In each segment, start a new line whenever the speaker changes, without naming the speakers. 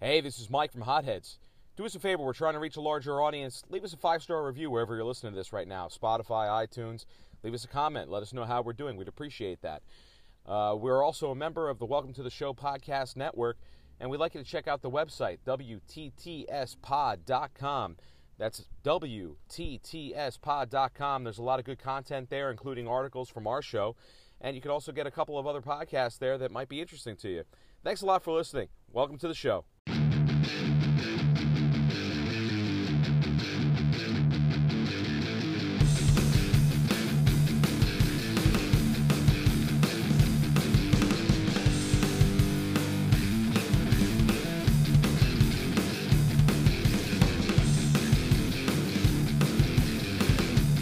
Hey, this is Mike from Hotheads. Do us a favor, we're trying to reach a larger audience. Leave us a five star review wherever you're listening to this right now Spotify, iTunes. Leave us a comment. Let us know how we're doing. We'd appreciate that. Uh, we're also a member of the Welcome to the Show podcast network, and we'd like you to check out the website, WTTSpod.com. That's WTTSpod.com. There's a lot of good content there, including articles from our show. And you can also get a couple of other podcasts there that might be interesting to you. Thanks a lot for listening. Welcome to the show.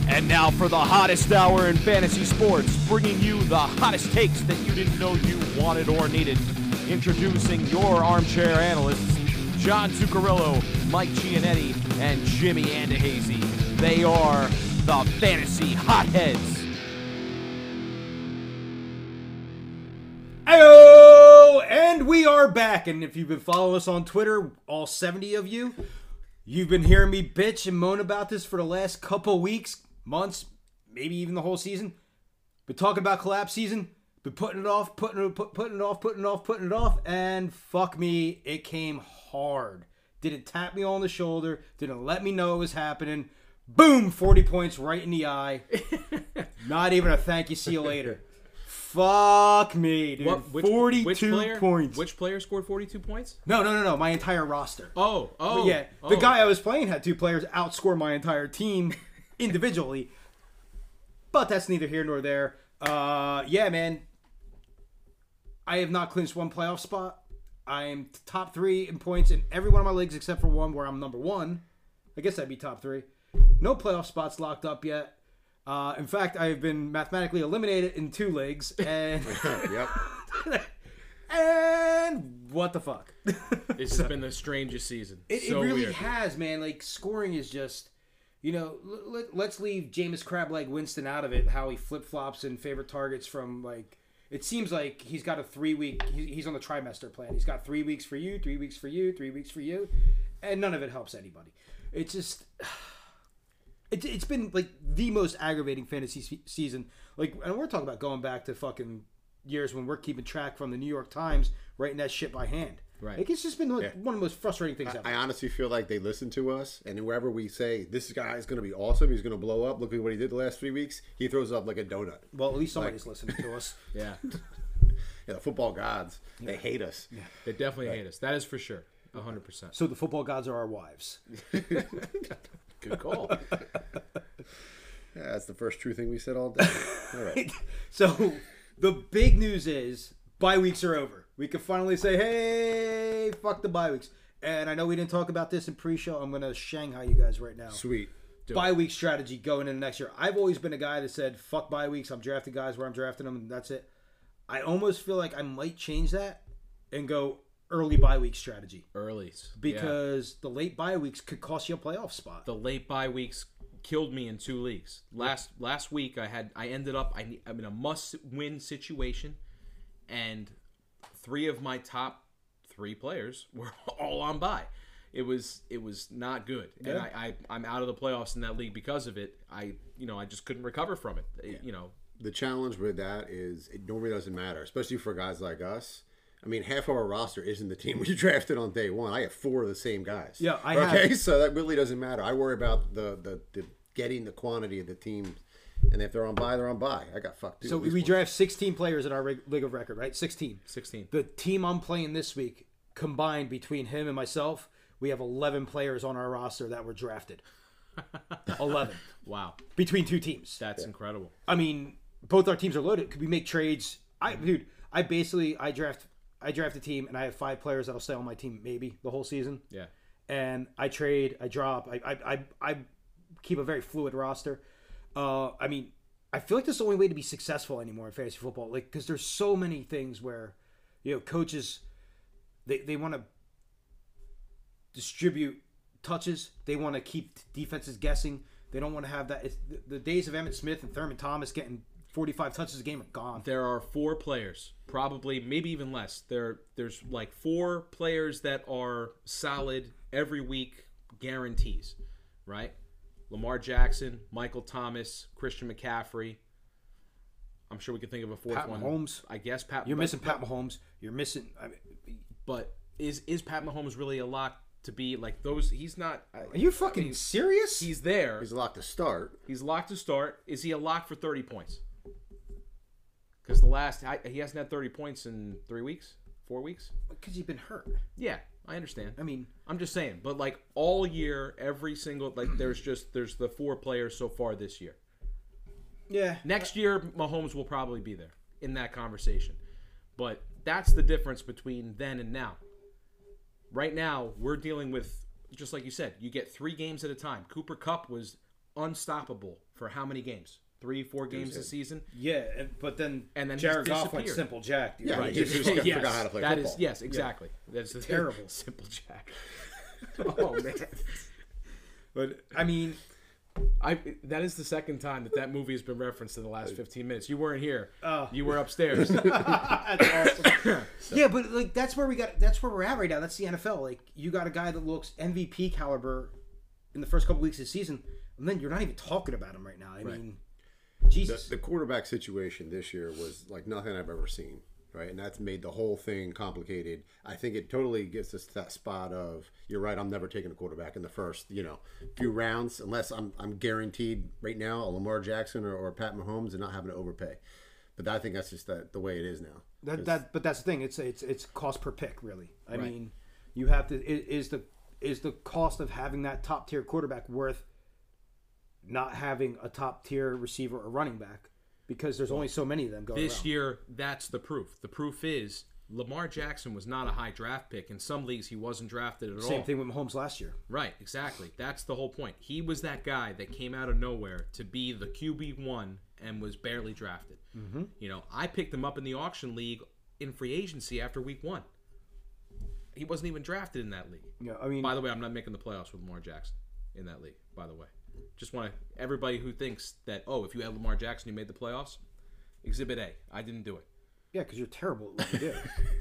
And now for the hottest hour in fantasy sports, bringing you the hottest takes that you didn't know you wanted or needed. Introducing your armchair analysts, John Zuccarello, Mike Gianetti, and Jimmy Andahazy. They are the fantasy hotheads.
Ayo! And we are back. And if you've been following us on Twitter, all 70 of you, you've been hearing me bitch and moan about this for the last couple weeks, months, maybe even the whole season. Been talking about collapse season, been putting it off, putting it, put, putting it off, putting it off, putting it off, and fuck me, it came hard. Didn't tap me on the shoulder, didn't let me know it was happening. Boom, 40 points right in the eye. Not even a thank you, see you later. Fuck me, dude.
What- which-
42
which player,
points.
Which player scored 42 points?
No, no, no, no. My entire roster.
Oh, oh.
yeah,
oh.
the guy I was playing had two players outscore my entire team individually. But that's neither here nor there. Uh, yeah, man. I have not clinched one playoff spot. I am top three in points in every one of my leagues except for one where I'm number one. I guess that'd be top three. No playoff spots locked up yet. Uh, in fact, I've been mathematically eliminated in two leagues, and
Yep.
and what the fuck?
This has been the strangest season.
It,
so
it really
weird.
has, man. Like scoring is just, you know, l- l- let's leave Jameis Crableg Winston out of it. How he flip flops and favorite targets from like. It seems like he's got a three week. he- He's on the trimester plan. He's got three weeks for you, three weeks for you, three weeks for you, and none of it helps anybody. It's just. It, it's been like the most aggravating fantasy se- season. Like, and we're talking about going back to fucking years when we're keeping track from the New York Times, writing that shit by hand.
Right.
Like, it's just been like,
Yeah.
one of the most frustrating things ever.
I honestly feel like they listen to us, and wherever we say this guy is going to be awesome, he's going to blow up. Look at what he did the last three weeks. He throws up like a donut.
Well, at least somebody's listening to us.
Yeah,
Yeah, the football gods, they hate us.
they definitely hate us. That is for sure. 100%.
So the football gods are our wives.
Good call.
Yeah, that's the first true thing we said all day. All right.
So the big news is bye weeks are over. We can finally say, hey, fuck the bye weeks. And I know we didn't talk about this in pre-show. I'm gonna Shanghai you guys right now.
Sweet.
Bye week strategy going into next year. I've always been a guy that said, fuck bye weeks. I'm drafting guys where I'm drafting them, and that's it. I almost feel like I might change that and go early bye week strategy
Early. yeah.
because the late bye weeks could cost you a playoff spot.
the late bye weeks killed me in two leagues. Last last week I had I ended up I ne- I'm in a must win situation, and three of my top three players were all on bye. It was it was not good, and I, I I'm out of the playoffs in that league because of it. I you know I just couldn't recover from it. It- You know
The challenge with that is it normally doesn't matter, especially for guys like us. I mean, half of our roster isn't the team we drafted on day one. I have four of the same guys.
Yeah, I have-
okay, so that really doesn't matter. I worry about the the, the getting the quantity of the team, and if they're on buy, they're on buy. I got fucked. too,
So
at least
we
once.
draft 16 players in our reg- league of record, right? 16.
16.
The team I'm playing this week, combined between him and myself, we have 11 players on our roster that were drafted. 11
Wow,
between two teams.
that's incredible.
I mean, both our teams are loaded. Could we make trades? I dude, I basically I draft I draft a team and I have five players that'll stay on my team maybe the whole season.
Yeah,
and I trade, I drop, I I, I, I keep a very fluid roster. Uh, I mean, I feel like that's the only way to be successful anymore in fantasy football, like because there's so many things where, you know, coaches, they they want to distribute touches, they want to keep defenses guessing, they don't want to have that. It's the, the days of Emmett Smith and Thurman Thomas getting 45 touches a game are gone.
there are four players, probably maybe even less. There there's like four players that are solid every week guarantees, right? Lamar Jackson, Michael Thomas, Christian McCaffrey. I'm sure we could think of a fourth
Pat
one.
Mahomes.
I guess Pat.
You're
but-
missing Pat Mahomes. You're missing. I mean,
but is is Pat Mahomes really a lock to be like those? He's not.
are you fucking serious?
He's there.
He's locked to start.
He's locked to start. Is he a lock for 30 points? Because the last I, he hasn't had 30 points in three weeks, four weeks.
Because you've been hurt.
Yeah, I understand.
I mean,
I'm just saying, but like all year, every single like there's just there's the four players so far this year.
yeah.
Next year, Mahomes will probably be there in that conversation. But that's the difference between then and now. Right now, we're dealing with, just like you said, you get three games at a time. Cooper Cup was unstoppable for how many games? Three, four games this season?
Yeah, and- but then
And then
Jared
he's
Goff went
disappeared.
simple jack. Dude.
Yeah, he just, just
Yes,
forgot how to play
that
football.
is- yes, exactly. That's the
Terrible.
Simple Jack. oh, man.
But I mean,
I, that is the second time that that movie has been referenced in the last 15 minutes. You weren't here.
Oh.
You were upstairs.
that's awesome. yeah, but like that's where we got. That's where we're at right now. That's the NFL. Like you got a guy that looks MVP caliber in the first couple weeks of the season, and then you're not even talking about him right now. I mean, Jesus.
The quarterback situation this year was like nothing I've ever seen, right? And that's made the whole thing complicated. I think it totally gets us to that spot of you're right. I'm never taking a quarterback in the first, you know, few rounds unless I'm I'm guaranteed right now a Lamar Jackson or, or Pat Mahomes and not having to overpay. But I think that's just that the way it is now.
that, that but that's the thing. It's it's it's cost per pick really. I mean, you have to i- is the is the cost of having that top tier quarterback worth not having a top tier receiver or running back because there's only so many of them going
this
around.
year that's the proof the proof is lamar jackson was not a high draft pick in some leagues he wasn't drafted at all.
Same thing with Mahomes last year.
right exactly that's the whole point he was that guy that came out of nowhere to be the qb1 and was barely drafted mm-hmm. you know i picked him up in the auction league in free agency after week one he wasn't even drafted in that league
You know, I mean,
by the way i'm not making the playoffs with lamar jackson in that league by the way just want to everybody who thinks that oh if you had lamar jackson you made the playoffs exhibit a i didn't do it
yeah, because you're terrible at what you do.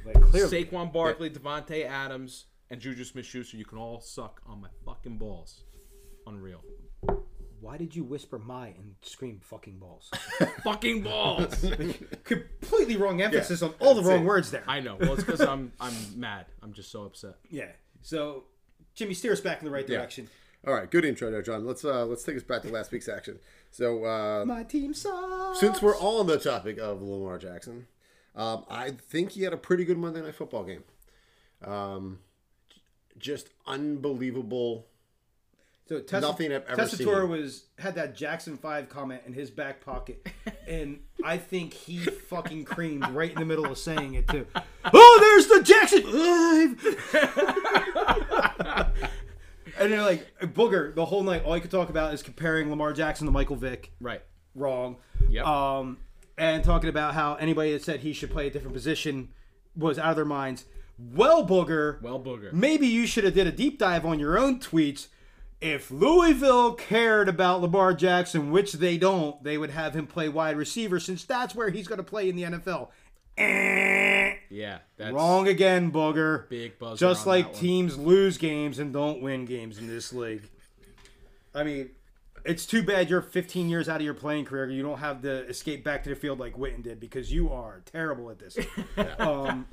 Like clearly,
Saquon Barkley, Devontae Adams, and Juju Smith-Schuster, you can all suck on my fucking balls. Unreal.
why did you whisper "my" and scream "fucking balls"?
fucking balls.
Completely wrong emphasis
Yeah,
on all the
that's
wrong
it.
words there.
I know. Well, it's because I'm I'm mad. I'm just so upset.
yeah. So, Jimmy, steer us back in the right
Yeah.
direction.
All right, good intro there, John. Let's uh let's take us back to last week's action. So uh
My team sucks.
Since we're all on the topic of Lamar Jackson, um, I think he had a pretty good Monday Night Football game. Um, j- just unbelievable.
So Tessa,
Nothing I've ever
Tessitore
seen.
was had that Jackson Five comment in his back pocket, and I think he fucking creamed right in the middle of saying it too. Oh, there's the Jackson Five. and they're like Booger the whole night. All you could talk about is comparing Lamar Jackson to Michael Vick.
Right.
Wrong.
Yep.
Um, and talking about how anybody that said he should play a different position was out of their minds. Well, Booger.
Well, booger.
Maybe you should have did a deep dive on your own tweets. If Louisville cared about Lamar Jackson, which they don't, they would have him play wide receiver since that's where he's going to play in the NFL. Eh.
Yeah. That's
Wrong again, booger.
Big buzzer.
Just
on
like
that one.
teams lose games and don't win games in this league. I mean, it's too bad you're 15 years out of your playing career. You don't have the escape back to the field like Witten did because you are terrible at this. um,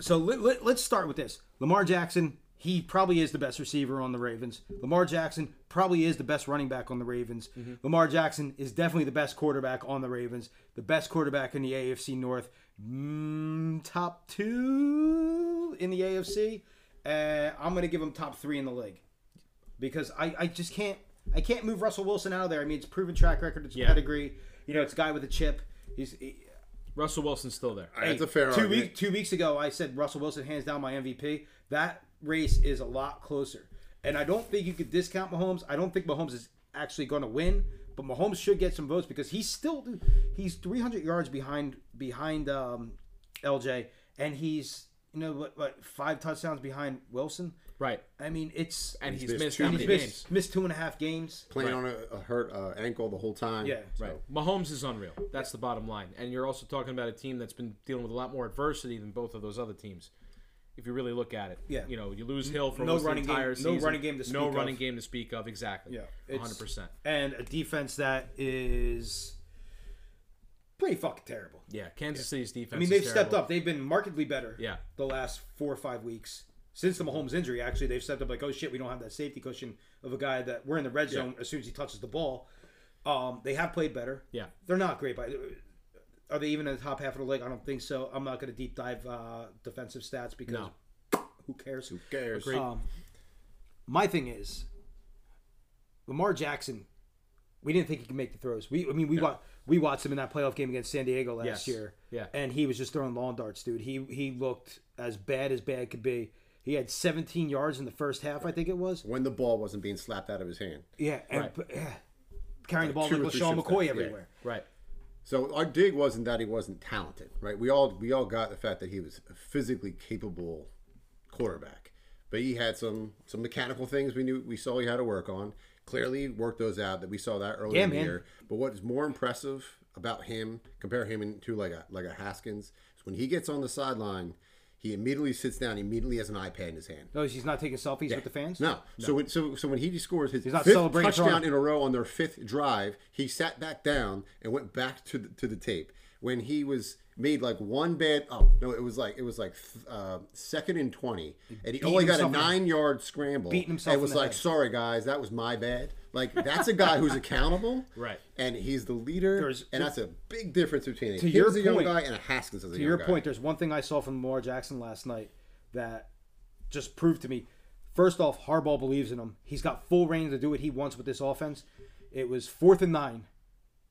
so let, let, let's start with this. Lamar Jackson, he probably is the best receiver on the Ravens. Lamar Jackson probably is the best running back on the Ravens. Lamar Jackson is definitely the best quarterback on the Ravens, the best quarterback in the AFC North, mm, top two in the AFC. Uh, I'm going to give him top three in the league because I, I just can't I can't move Russell Wilson out of there. I mean, it's proven track record, it's
Yeah.
pedigree. You know, it's a guy with a chip. He's he-
Russell Wilson's still there.
That's a fair
two
argument.
week, two weeks ago, I said Russell Wilson hands down my MVP. That race is a lot closer, and I don't think you could discount Mahomes. I don't think Mahomes is actually going to win, but Mahomes should get some votes because he's still he's 300 yards behind behind um, LJ, and he's you know, what, what five touchdowns behind Wilson.
Right.
I mean, it's
And he's,
He's
missed,
missed two
how
he's
many
missed,
games?
missed two and a half games.
Playing on a, a hurt uh, ankle the whole time.
Yeah.
so-
Right. Mahomes is unreal. That's the bottom line. And you're also talking about a team that's been dealing with a lot more adversity than both of those other teams. If you really look at it,
Yeah.
you know, you lose Hill for
No
almost
running
the entire
game- no
season.
running game to
No
speak
running
of.
game to speak of. Exactly.
Yeah,
One
it's-
hundred percent.
and a defense that is pretty fucking terrible.
Yeah. Kansas City's defense.
I mean, they've stepped up. They've been markedly better.
Yeah.
The last four or five weeks since the Mahomes injury, actually, they've stepped up. Like, oh shit, we don't have that safety cushion of a guy that we're in the red zone as soon as he touches the ball. Um, they have played better.
Yeah.
They're not great, but uh, are they even in the top half of the league? I don't think so. I'm not going to deep dive uh, defensive stats because
No.
who cares?
Who cares?
Um, my thing is, Lamar Jackson. We didn't think he could make the throws. We, I mean, we wa- we watched him in that playoff game against San Diego last
Yes.
year.
Yeah.
and he was just throwing lawn darts, dude. He he looked as bad as bad could be. He had 17 yards in the first half, I think it was.
When the ball wasn't being slapped out of his hand.
Yeah, and but, yeah, carrying the ball
two
like
or three
LaShawn
strip
McCoy
sacks, yeah.
everywhere.
Right.
So our dig wasn't that he wasn't talented, right? We all we all got the fact that he was a physically capable quarterback, but he had some some mechanical things we knew we saw he had to work on. Clearly worked those out that we saw that earlier
Yeah,
in the
man.
year. But what is more impressive about him, compare him to like a like a Haskins, is when he gets on the sideline, he immediately sits down, immediately has an iPad in his hand.
No, he's not taking selfies with the fans.
No. So when so so when he scores his
not
fifth
celebrating
touchdown
throwing.
in a row on their fifth drive, he sat back down and went back to the, to the tape. When he was made like one bad oh no it was like it was like th- uh, second and twenty and he only got a
himself in the-
nine yard scramble
Beating himself
and was
in the
like
head.
sorry guys that was my bad like that's a guy who's accountable
Right.
and he's the leader
There's-
and that's a big difference between a to
your
a young
point-
guy and a Haskins as a
to
young
your
guy.
point, there's one thing I saw from Lamar Jackson last night that just proved to me. First off, Harbaugh believes in him. He's got full reign to do what he wants with this offense. It was fourth and nine.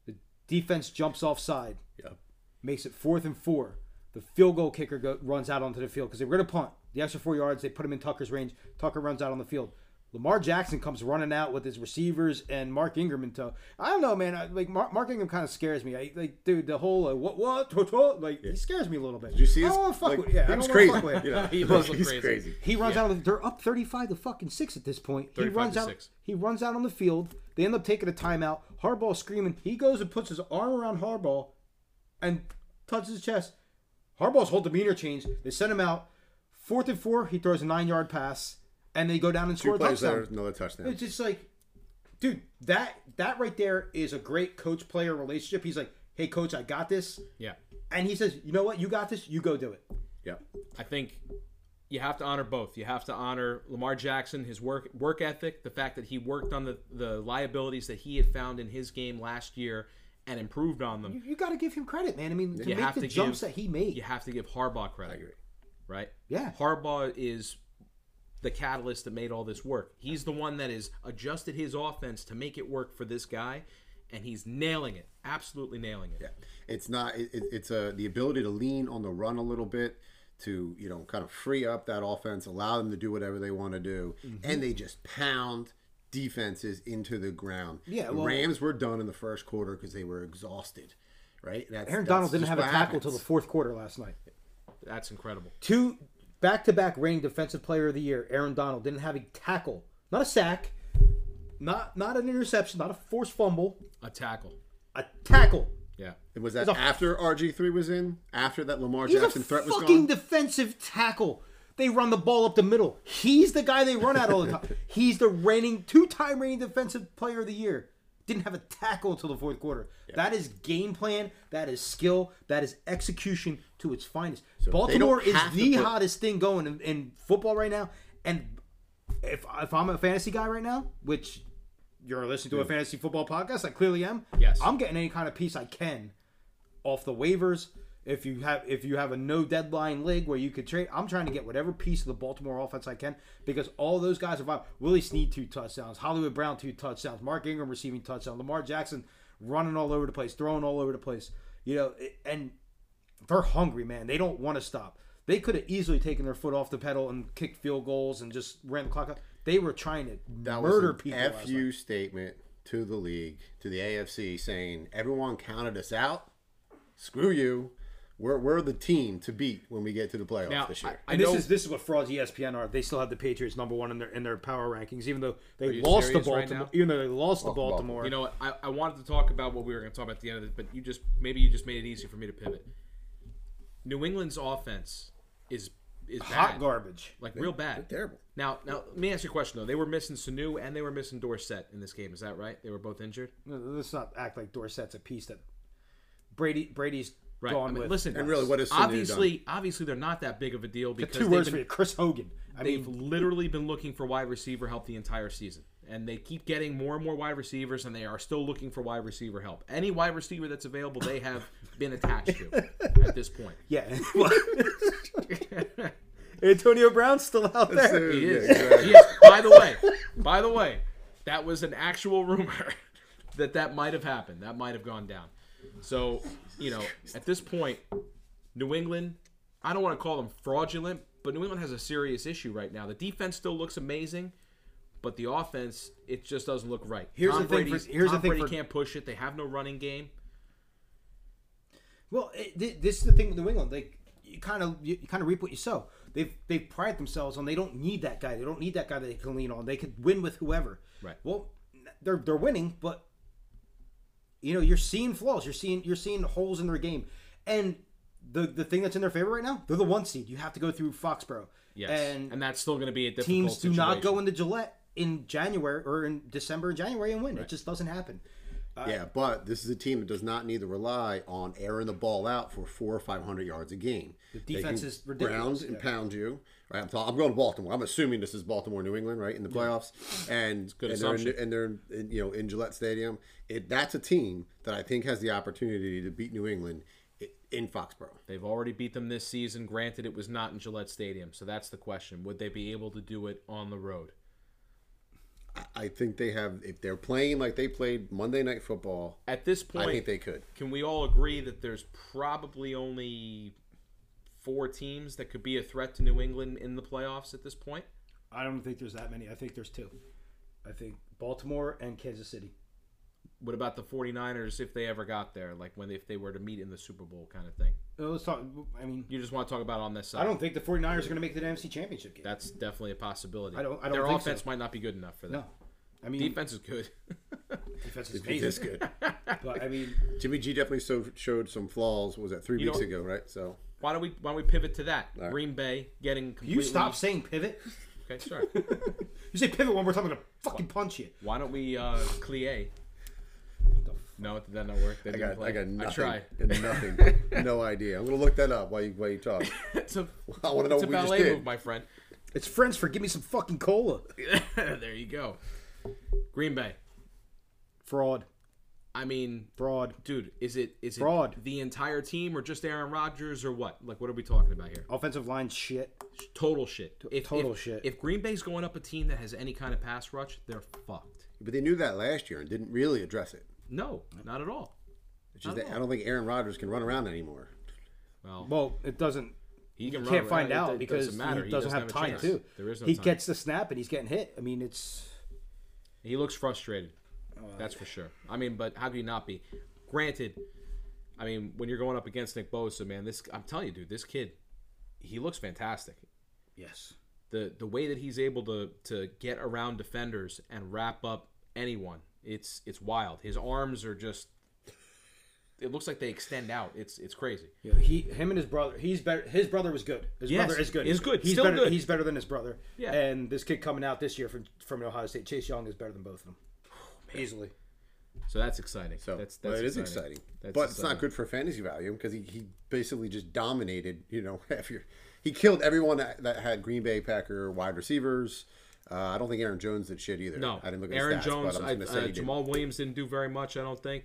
The defense jumps offside,
Yep.
makes it fourth and four. The field goal kicker go, runs out onto the field because they were going to punt. The extra four yards, they put him in Tucker's range. Tucker runs out on the field. Lamar Jackson comes running out with his receivers and Mark Ingram in tow. I don't know, man. I, like Mark, Mark Ingram kind of scares me. I, like, dude, the whole uh, what what what, what, like he scares me a little bit.
Did you see
I
his
don't want to fuck
like,
with. Yeah,
he
I
was
don't
crazy.
want to fuck with.
You know,
He does look
he's
crazy.
crazy.
He runs out of. They're up thirty-five to fucking six at this point. He
35
runs
to
out.
six.
He runs out on the field. They end up taking a timeout. Harbaugh screaming. He goes and puts his arm around Harbaugh, and touches his chest. Harbaugh's whole demeanor changed. They send him out. Fourth and four, he throws a nine-yard pass, and they go down and score
Two
a
plays there,
touchdown.
another touchdown.
It's just like, dude, that that right there is a great coach-player relationship. He's like, hey, coach, I got this,
Yeah.
and he says, you know what, you got this, you go do it.
Yep.
I think you have to honor both. You have to honor Lamar Jackson, his work work ethic, the fact that he worked on the, the liabilities that he had found in his game last year and improved on them.
You got to give him credit, man. I mean, to
You
make
have
the
to
jumps
give-
that he made.
You have to give Harbaugh credit. Right?
Yeah.
Harbaugh is the catalyst that made all this work. He's the one that has adjusted his offense to make it work for this guy, and he's nailing it. Absolutely nailing it.
it's not it, it- it's a the ability to lean on the run a little bit to you know kind of free up that offense allow them to do whatever they want to do
Mm-hmm.
and they just pound defenses into the ground
Yeah,
the
well-
rams were done in the first quarter because they were exhausted right that's,
Aaron
that's
Donald didn't
just
have a
what
tackle till
happens.
the fourth quarter last night.
That's incredible.
Two back-to-back reigning defensive player of the year. Aaron Donald didn't have a tackle, not a sack, not not an interception, not a forced fumble,
A tackle.
a tackle.
Yeah.
was that
It's a-
after RG3 was in? After that Lamar
He's
Jackson
a
threat was
fucking
gone?
defensive tackle. They run the ball up the middle. He's the guy they run at all the time. He's the reigning two-time reigning defensive player of the year. Didn't have a tackle until the fourth quarter. That is game plan. That is skill. That is execution to its finest. Baltimore is
have to
the
put-
hottest thing going in, in football right now. And if if I'm a fantasy guy right now, which you're listening to a fantasy football podcast, I clearly am.
Yes.
I'm getting any kind of piece I can off the waivers. If you have if you have a no deadline league where you could trade, I'm trying to get whatever piece of the Baltimore offense I can because all those guys are viable. Willie Snead two touchdowns, Hollywood Brown two touchdowns, Mark Ingram receiving touchdown, Lamar Jackson running all over the place, throwing all over the place. You know, it- and they're hungry, man. They don't want to stop. They could have easily taken their foot off the pedal and kicked field goals and just ran the clock out. They were trying to
that
murder
was an
people. last night.
FU statement to the league, to the AFC, saying everyone counted us out. Screw you. We're, we're the team to beat when we get to the playoffs
Now,
this year.
I, I
And this
know
is this is what frauds E ESPN are. They still have the Patriots number one in their in their power rankings, even though they
you
lost to
serious right
Baltimore.
now?
even though they lost to
Baltimore.
Baltimore,
You know what? I, I wanted to talk about what we were going to talk about at the end of this, but you just maybe you just made it easy for me to pivot. New England's offense is is
hot
bad.
garbage.
like real bad.
they're terrible.
Now, now let me ask you a question though. They were missing Sanu and they were missing Dorsett in this game. Is that right? They were both injured.
Let's not act like Dorsett's a piece that Brady Brady's
Right.
gone
I mean,
with.
listen,
And really, what has Sanu
obviously, obviously they're not that big of a deal because
two
they've
words
been-
for you, Chris Hogan. I
they've
mean,
literally been looking for wide receiver help the entire season. And they keep getting more and more wide receivers, and they are still looking for wide receiver help. Any wide receiver that's available, they have been attached to at this point.
yeah. Antonio Brown's still out there.
He is.
Yeah, exactly.
He is. By the way, by the way, that was an actual rumor that that might have happened. That might have gone down. So, you know, at this point, New England, I don't want to call them fraudulent, but New England has a serious issue right now. The defense still looks amazing, but the offense, it just doesn't look right.
Here's
Tom
the thing for-
Brady's-
here's
Tom
the thing
Brady
for-
can't push it. They have no running game.
Well, it, thi- this is the thing with New England. Like you kind of you, you kind of reap what you sow. They've they pride themselves on they don't need that guy. They don't need that guy that they can lean on. They could win with whoever.
Right.
Well, they're they're winning, but you know you're seeing flaws. You're seeing you're seeing holes in their game, and the the thing that's in their favor right now, they're the one seed. You have to go through Foxborough.
Yes.
And,
And, that's still going to be a difficult
teams do not
situation.
go into Gillette in January or in December and January and win. It just doesn't happen.
yeah, but this is a team that does not need to rely on airing the ball out for four or five hundred yards a game. The
defense is ridiculous,
Ground and pound you. Right, I'm, talking, I'm going to Baltimore. I'm assuming this is Baltimore, New England, right in the playoffs, and
good
and they're, in,
assumption.
and they're in, in, you know in Gillette Stadium. It, that's a team that I think has the opportunity to beat New England i- in Foxborough.
They've already beat them this season. Granted, it was not in Gillette Stadium, so that's the question. Would they be able to do it on the road?
I- I think they have if they're playing like they played Monday Night Football.
At this point,
I think they could.
can we all agree that there's probably only four teams that could be a threat to New England in the playoffs at this point?
I don't think there's that many. I think there's two. I think Baltimore and Kansas City.
What about the 49ers if they ever got there, like when if they were to meet in the Super Bowl kind of thing?
Uh, Let's talk. I mean,
You just want to talk about on this side.
I don't think the 49ers are going to make the NFC Championship game.
That's definitely a possibility.
I don't- I don't
Their
think
offense
so.
might not be good enough for that.
no. I mean,
Defense is good.
defense is
It's this
amazing.
good.
But I mean,
Jimmy G definitely so, showed some flaws. What was that three
You
weeks
know-
ago? Right, so.
why don't we why don't we pivot to that? Green Bay getting
you
completely
stop saying pivot.
Okay, sorry.
You say pivot one more time, I'm going to fucking punch you.
Why don't we uh Clie? No, it did that not work? They
I
didn't
got,
play.
I got nothing.
tried.
got nothing. no idea. I'm gonna look that up while you while you talk.
It's a,
I wanna know
it's
what
a
we just
ballet
did.
move, my friend.
It's friends for give me some fucking cola.
there you go. Green Bay.
Fraud.
I mean,
Fraud.
dude, is it is it
Fraud.
the entire team or just Aaron Rodgers or what? Like, what are we talking about here?
Offensive line shit.
Total shit. If,
total
if-
shit.
If Green Bay's going up a team that has any kind of pass rush, they're fucked.
But they knew that last year and didn't really address it.
No, not at all.
It's just
Oh.
that I don't think Aaron Rodgers can run around anymore.
Well,
Well, it doesn't.
he can
You
run
can't
around.
find
It- it
out
doesn't
because
matter.
he doesn't have
a
time
chance.
to.
There is no
he
time.
gets the snap and he's getting hit. I mean, it's
He looks frustrated.
Oh,
That's for sure. I mean, but how could you not be? Granted, I mean, when you're going up against Nick Bosa, man, this I'm telling you, dude, this kid, he looks fantastic.
yes.
The the way that he's able to to get around defenders and wrap up anyone, it's it's wild. His arms are just it looks like they extend out. It's it's crazy.
Yeah, he, him, and his brother. He's better. His brother was good. His
Yes,
brother is good.
is good,
He's
still
better.
good.
He's better than his brother.
Yeah.
And this kid coming out this year from from Ohio State, Chase Young, is better than both of them. Easily.
So that's exciting.
So
that's, that's
well, it is exciting.
That's
but it's not good for fantasy value because he, he basically just dominated. You know, half your, he killed everyone that, that had Green Bay Packer wide receivers. Uh, I don't think Aaron Jones did shit either.
No,
I didn't look at
Aaron
his stats,
Jones,
But I'm
I,
just gonna say
uh,
he did.
Jamal Williams didn't do very much. I don't think.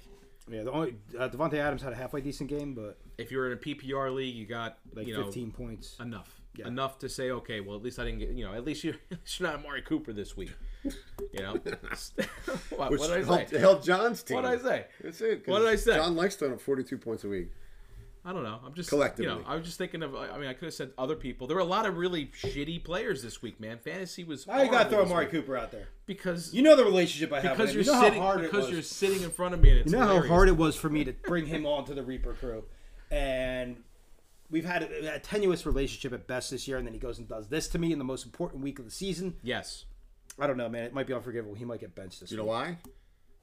Yeah. The only uh, Devontae Adams had a halfway decent game, but
If you're in a PPR league, you got
like
you know
15 points.
enough enough to say okay well at least i didn't get you know at least you're, at least you're not amari cooper this week you know what,
Which
what did i
helped,
say
helped John's team.
what did i say
That's it. 'cause
What did I say?
John likes throwing up 42 points a week.
i don't know i'm just you
Collectively.
know i was just thinking of i mean i could have said other people there were a lot of really shitty players this week man fantasy was
I got to
horrible
throw
this
Amari
week
Cooper out there.
because
You know the relationship I have
because you're
with him. you know
sitting
how hard
because
it
you're
was.
sitting in front of me and it's
You know how
hilarious.
hard it was for me to bring him onto the Reaper crew, and we've had a, a tenuous relationship at best this year, and then he goes and does this to me in the most important week of the season.
Yes.
I don't know, man. It might be unforgivable. He might get benched this
You
week.
know why?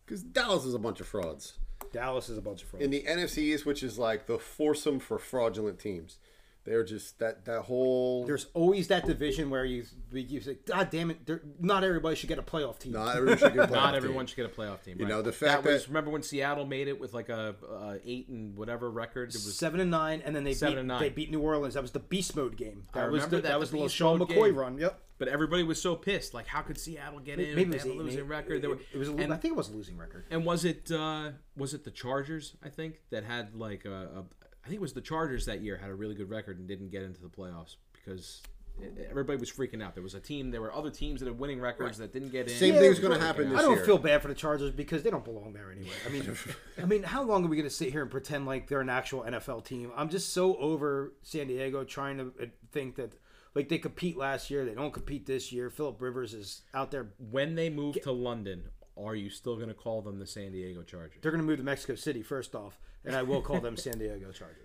Because Dallas is a bunch of frauds.
Dallas is a bunch of frauds.
in the NFC East, which is like the foursome for fraudulent teams. They're just that that whole.
There's always that division where you you say, God damn it, there- not everybody should get a playoff team.
not everyone should get
Not
playoff
everyone
team.
should get a playoff team.
You
right.
know, the fact
that was
that-
remember when Seattle made it with like a, a eight and whatever record. It was
Seven and nine, and then they
Seven
beat
and nine.
they beat New Orleans. That was the beast mode game. That
I
was
remember
the,
that,
that
the
was the little
beast
Sean
mode
McCoy
game.
run. Yep.
but everybody was so pissed. Like, how could Seattle get in?
Maybe
they
it was
had a
eight and
losing
eight.
record. They were,
It was a,
and,
I think it was a losing record.
and was it uh, was it the Chargers? I think that had like a, a. I think it was the Chargers that year had a really good record and didn't get into the playoffs because. it- Everybody was freaking out. There was a team. There were other teams that had winning records that didn't get in.
Same
They
thing's
were
gonna
freaking
happen
out.
this
I don't
year.
feel bad for the Chargers because they don't belong there anyway. I mean, I mean, how long are we going to sit here and pretend like they're an actual NFL team? I'm just so over San Diego trying to uh, think that like they compete last year, they don't compete this year. Philip Rivers is out there.
when they move to London, are you still going to call them the San Diego Chargers?
They're going to move to Mexico City first off, and I will call them San Diego Chargers.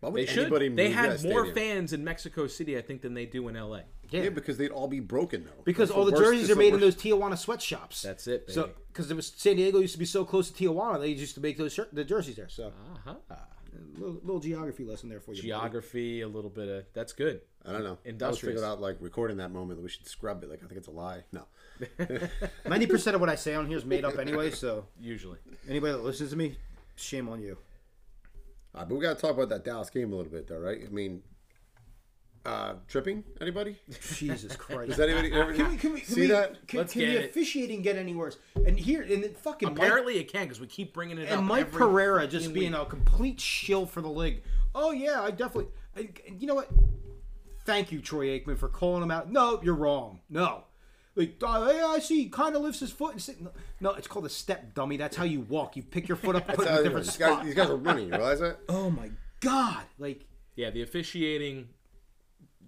Why would
They should.
anybody
They
move
had
that
more
stadium?
fans in Mexico City, I think, than they do in LA.
Yeah.
Yeah, because they'd all be broken though.
because
That's
all the
worst-
jerseys
that's
are
the
made in those
worst-
Tijuana sweatshops.
That's it, baby.
So, because it was San Diego used to be so close to Tijuana, they used to make those shir- the jerseys there. So,
uh-huh.
little, little geography lesson there for you. buddy.
geography, a little bit of that's good.
I don't know. I
Industrious.
was thinking about like recording that moment. We should scrub it. Like I think it's a lie. No.
Ninety percent of what I say on here is made up anyway, so
Usually,
anybody that listens to me, shame on you.
All right, Uh, but we got to talk about that Dallas game a little bit though, right? I mean, uh tripping anybody?
Jesus Christ.
Does anybody ever
can we, can we, can
see
we,
that?
Can,
Let's
can
get
the
it.
officiating get any worse? And here, and then fucking Mike,
apparently it can because we keep bringing it up.
and Mike
every
Pereira just
fucking
being
week.
a complete shill for the league. Oh yeah, I definitely. I, you know what? Thank you, Troy Aikman, for calling him out. No, you're wrong. No. Like, oh, yeah, I see. He kind of lifts his foot and sit. No, no, it's called a step dummy. That's how you walk. You pick your foot up, put it in a different
uh, These guys,
spot.
these guys are running. You realize that?
Oh my god! Like,
yeah. The officiating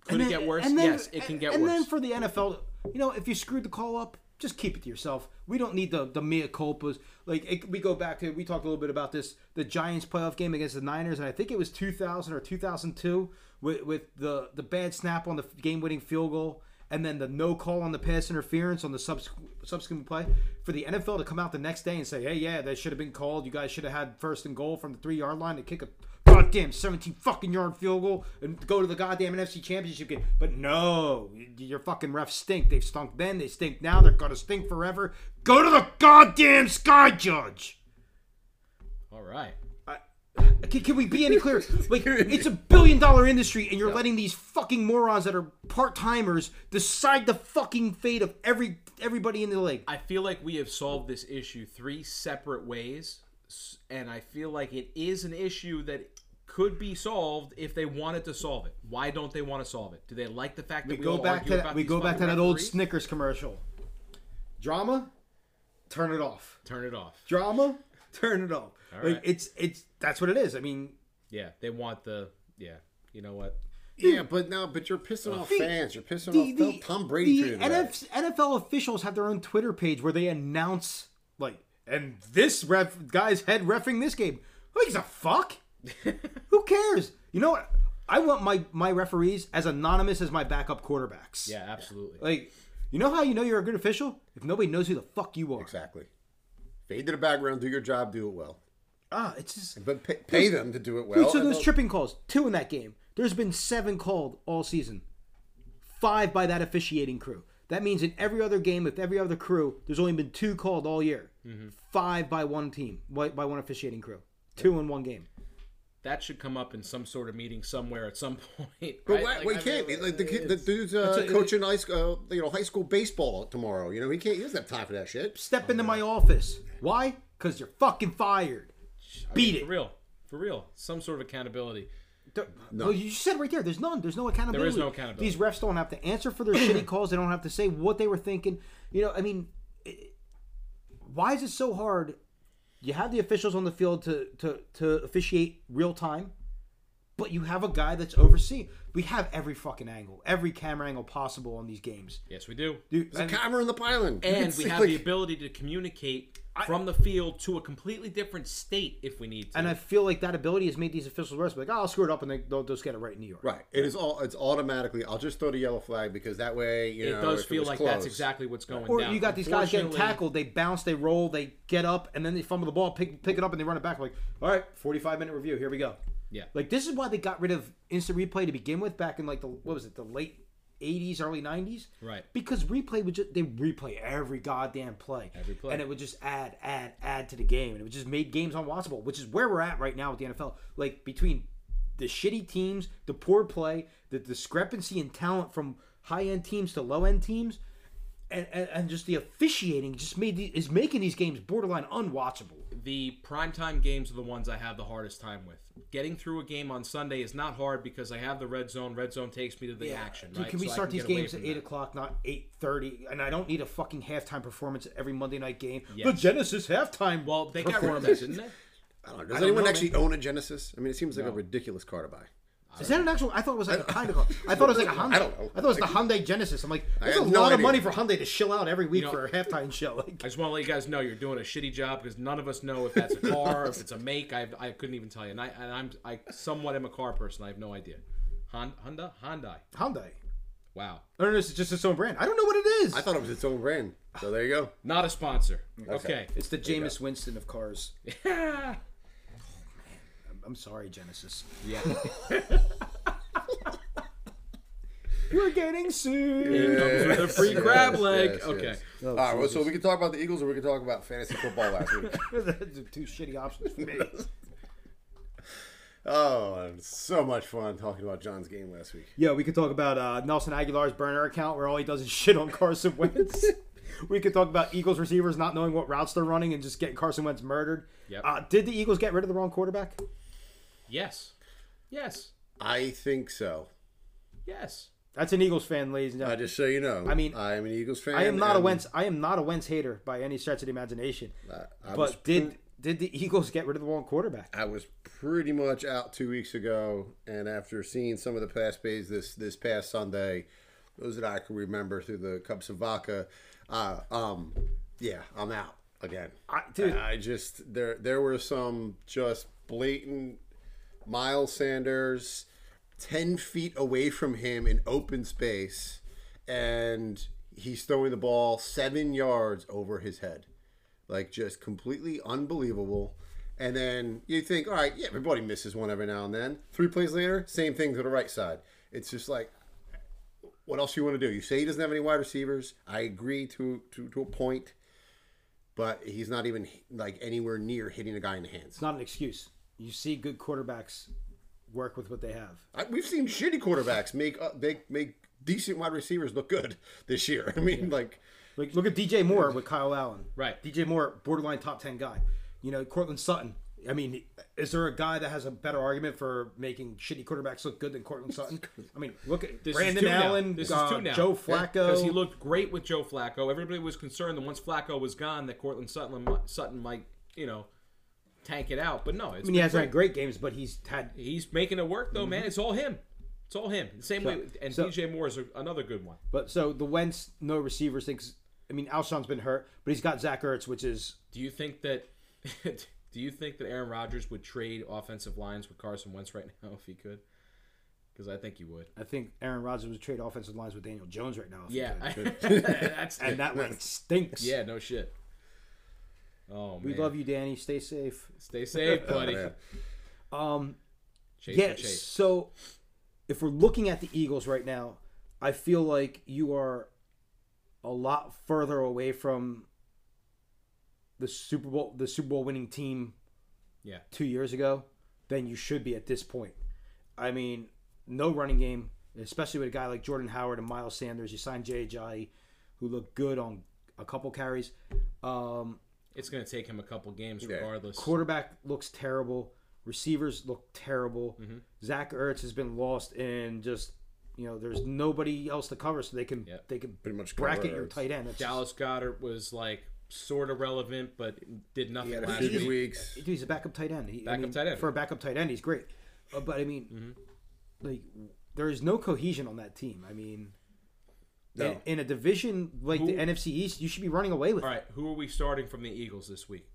could
And
it
then-
get worse?
and then-
yes, it can get
and
worse.
then for the NFL, you know, if you screwed the call up, just keep it to yourself. We don't need the the mea culpas. Like it, we go back to we talked a little bit about this the Giants playoff game against the Niners, and I think it was 2000 or 2002 with with the the bad snap on the game winning field goal. And then the no call on the pass interference on the subsequent, subsequent play for the NFL to come out the next day and say, "Hey, yeah, that should have been called. You guys should have had first and goal from the three yard line to kick a goddamn 17 fucking yard field goal and go to the goddamn NFC championship game. But no, y- your fucking refs stink. They've stunk then, they stink now, they're gonna stink forever. Go to the goddamn sky judge.
All right.
Can, can we be any clearer? Like, it's a billion dollar industry, and you're letting these fucking morons that are part timers decide the fucking fate of every everybody in the league.
I feel like we have solved this issue three separate ways, s- and I feel like it is an issue that could be solved if they wanted to solve it. Why don't they want to solve it? Do they like the fact that we,
we go
all
back
argue
to
about
that, we
these
go back to
fucking
that old
referees?
Snickers commercial. Drama, turn it off.
Turn it off.
Drama, turn it off. like
right.
it's it's that's what it is. I mean,
Yeah, they want the yeah. You know what?
Yeah, but no, but you're pissing off
The-
fans. You're pissing
the,
off
the
Tom Brady.
the
treated him that.
NF NFL officials have their own Twitter page where they announce like, and this ref guy's head refing this game. Who gives a fuck? Who cares? You know what? I want my my referees as anonymous as my backup quarterbacks.
Yeah, absolutely.
Like, you know how you know you're a good official if nobody knows who the fuck you are.
Exactly. Fade to the background. Do your job. Do it well.
Ah, it's just.
But pay, pay them to do it well.
Dude, so
and
those
they'll-
tripping calls, two in that game. There's been seven called all season, five by that officiating crew. That means in every other game with every other crew, there's only been two called all year. Five by one team, by by one officiating crew. Two in one game.
that should come up in some sort of meeting somewhere at some point.
But
right?
why,
Like,
why
I mean,
can't he? Like the kid, the dude's uh, coaching high school, uh, you know, high school baseball tomorrow. You know, he can't. He doesn't have time for that shit.
Step into my office. Why? Because you're fucking fired. Beat
for real, for real, some sort of accountability.
it. There- Well, you said right there. There's none. There's no accountability.
There is no accountability.
These refs don't have to answer for their shitty calls. They don't have to say what they were thinking. You know, I mean, it- why is it so hard? You have the officials on the field to to to officiate real time, But you have a guy that's overseeing. We have every fucking angle, every camera angle possible on these games.
Yes, we do.
Dude,
There's
and-
a camera in the pylon. You
And
can
we
see,
have
like,
the ability to communicate from the field to a completely different state if we need to.
and I feel like that ability has made these officials worse. Like, oh, I'll screw it up, and they, they'll just get it right in New York.
Right. It is all. It's automatically. I'll just throw the yellow flag because that way, you
it
know,
does
if
feel
was
like
close,
that's exactly what's going
Or
down.
you got these guys getting
Unfortunately-
tackled, they bounce, they roll, they get up, and then they fumble the ball, pick, pick it up, and they run it back. Like, all right, 45 minute review, here we go.
Yeah.
Like, this is why they got rid of instant replay to begin with back in, like, the what was it, the late 80s, early 90s?
Right.
Because replay would just, they replay every goddamn play.
Every play.
And it would just add, add, add to the game. And it would just made games unwatchable, which is where we're at right now with the NFL. Like, between the shitty teams, the poor play, the discrepancy in talent from high end teams to low end teams and, and, and just the officiating just made the, is making these games borderline unwatchable.
the primetime games are the ones I have the hardest time with. Getting through a game on Sunday is not hard because I have the red zone. Red zone takes me to the action.
Dude,
right?
Can we
So I
start these
get away
games
from
at eight
that.
o'clock, not eight thirty? And I don't need a fucking halftime performance at every Monday night game. The
Yes.
Genesis halftime.
Well, they got rid of
performance.
that, didn't they?
I don't know. Does
don't
anyone
know,
actually own a Genesis? I mean, it seems like a ridiculous car to buy.
Is that an actual? I thought it was like a kind of. A, I thought it was like a Hyundai.
I don't know.
I thought it was the Hyundai Genesis. I'm like, there's a
have no
lot of
idea.
money for Hyundai to shill out every week
know-
for a halftime show. Like,
I just want to let you guys know you're doing a shitty job because none of us know if that's a car, if it's a make. I, I couldn't even tell you. And, I, and I'm I somewhat am a car person. I have no idea. Hon, Honda, Hyundai.
Hyundai.
Wow,
I don't know. It's just its own brand. I don't know what it is.
I thought it was its own brand. So there you go.
not a sponsor. Okay.
it's the Jameis Winston of cars. I'm- I'm sorry, Genesis.
yeah.
You're getting sued.
Comes with a free grab leg.
yes,
okay.
yes. All right. Well, so we can talk about the Eagles, or we can talk about fantasy football last week.
Those are two shitty options for me.
Oh, it was so much fun talking about John's game last week.
Yeah, we could talk about uh, Nelson Aguilar's burner account where all he does is shit on Carson Wentz. we could talk about Eagles receivers not knowing what routes they're running and just getting Carson Wentz murdered.
Yep.
Uh, did the Eagles get rid of the wrong quarterback?
Yes. Yes.
I think so.
Yes.
That's an Eagles fan, ladies and
Uh,
gentlemen.
just so you know, I
mean,
I'm an Eagles fan.
I am not a
and
Wentz. I am not a Wentz hater by any stretch of the imagination.
I was
but did did the Eagles get rid of the wrong quarterback?
I was pretty much out two weeks ago, and after seeing some of the past plays this this past Sunday, those that I can remember through the cups of vodka, uh, um, yeah, I'm out again.
I, dude,
I just there there were some just blatant Miles Sanders ten feet away from him in open space, and he's throwing the ball seven yards over his head, like just completely unbelievable. And then you think, all right, yeah, everybody misses one every now and then. Three plays later, same thing to the right side. It's just like what else you want to do? You say he doesn't have any wide receivers. I agree to to, to a point, but he's not even like anywhere near hitting a guy in the hands.
it's not an excuse. You see good quarterbacks work with what they have.
I, we've seen shitty quarterbacks make uh, they make decent wide receivers look good this year. I mean, like
Like, look at DJ Moore with Kyle Allen.
Right.
DJ Moore, borderline top 10 guy. You know, Cortland Sutton. I mean, is there a guy that has a better argument for making shitty quarterbacks look good than Cortland Sutton? I mean, look at
This is
Brandon
two now.
Allen,
This is
uh,
two now.
Joe
Because he
Flacco.
looked great with Joe Flacco. Everybody was concerned that once Flacco was gone, that Cortland Sutton, Sutton might, you know, tank it out. But no,
I mean,
it's
he
been
hasn't
great.
had great games, but he's had.
He's making it work though, man. It's all him. It's all him. The same way, and
so-
DJ Moore is a, another good one.
But so the Wentz, no receivers thinks. I mean, Alshon's been hurt, but he's got Zach Ertz, which is.
Do you think that? do you think that Aaron Rodgers would trade offensive lines with Carson Wentz right now if he could? Because I think he would.
I think Aaron Rodgers would trade offensive lines with Daniel Jones right now. if he
Yeah,
could.
that's
and that one stinks.
yeah, no shit. Oh
We
man,
love Oh, you, Danny. Stay safe.
stay safe, buddy.
man.
Um,
Chase
Yeah.
for chase.
So, if we're looking at the Eagles right now, I feel like you are a lot further away from the Super Bowl, the Super Bowl winning team
Yeah,
two years ago than you should be at this point. I mean, no running game, especially with a guy like Jordan Howard and Miles Sanders. You signed J.J. who looked good on a couple carries. Um,
it's gonna take him a couple games regardless.
quarterback looks terrible. Receivers look terrible.
Mm-hmm.
Zach Ertz has been lost in just you know there's nobody else to cover, so they can
Yep.
they can
Pretty much
bracket
cover
your
Ertz.
tight end. That's
Dallas Goddard was like sort of relevant, but did
he
nothing
had a
last
few
week.
good weeks.
dude, he's a backup tight end. He, I
Backup
mean,
tight end.
for a backup tight end, he's great. Uh, But I mean,
Mm-hmm.
like there is no cohesion on that team. I mean,
No.
in, in a division like the
Who-
NFC East, you should be running away with
All
it.
right, who are we starting from the Eagles this week?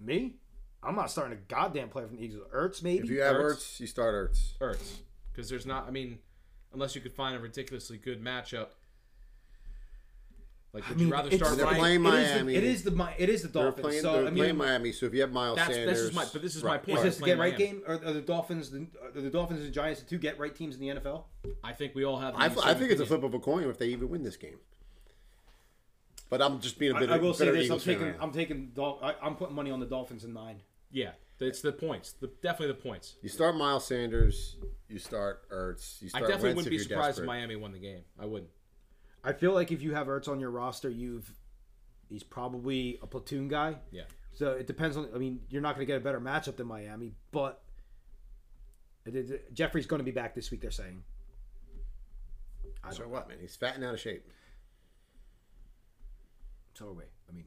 me. I'm not starting a goddamn player from the Eagles. Ertz
If
maybe.
you have
Ertz.
Ertz, you start Ertz.
Ertz, because there's not. I mean, unless you could find a ridiculously good matchup. Like, would
I mean,
you rather
it's-
start
They're
Ryan?
playing
It is the-
Miami.
It is the Mi- it is the
They're
Dolphins.
playing,
so
they're
I mean,
playing Miami, so if you have Miles
That's- this
Sanders,
is my- but this is my point.
is
Right.
this the
Playing
get right
Miami.
game? Are, are the Dolphins the, are the Dolphins and Giants the two get right teams in the NFL?
I think we all have.
I,
the
I
same
think it's a
opinion.
flip of a coin if they even win this game. But I'm just being a
I,
bit.
I will say
bitter
this: I'm
Eagles fan
taking
right now.
I'm taking Dol- I, I'm putting money on the Dolphins in nine.
Yeah, it's the points. The, definitely the points.
you start Miles Sanders, you start Ertz, you
I
start
definitely
Wentz
wouldn't
if
be
you're
surprised if
desperate.
Miami won the game. I wouldn't.
I feel like if you have Ertz on your roster, you've he's probably a platoon guy.
Yeah.
So it depends on. I mean, you're not going to get a better matchup than Miami, but it, it- Jeffrey's going to be back this week. They're saying.
So what, man? He's fat and out of shape.
So are we. I mean,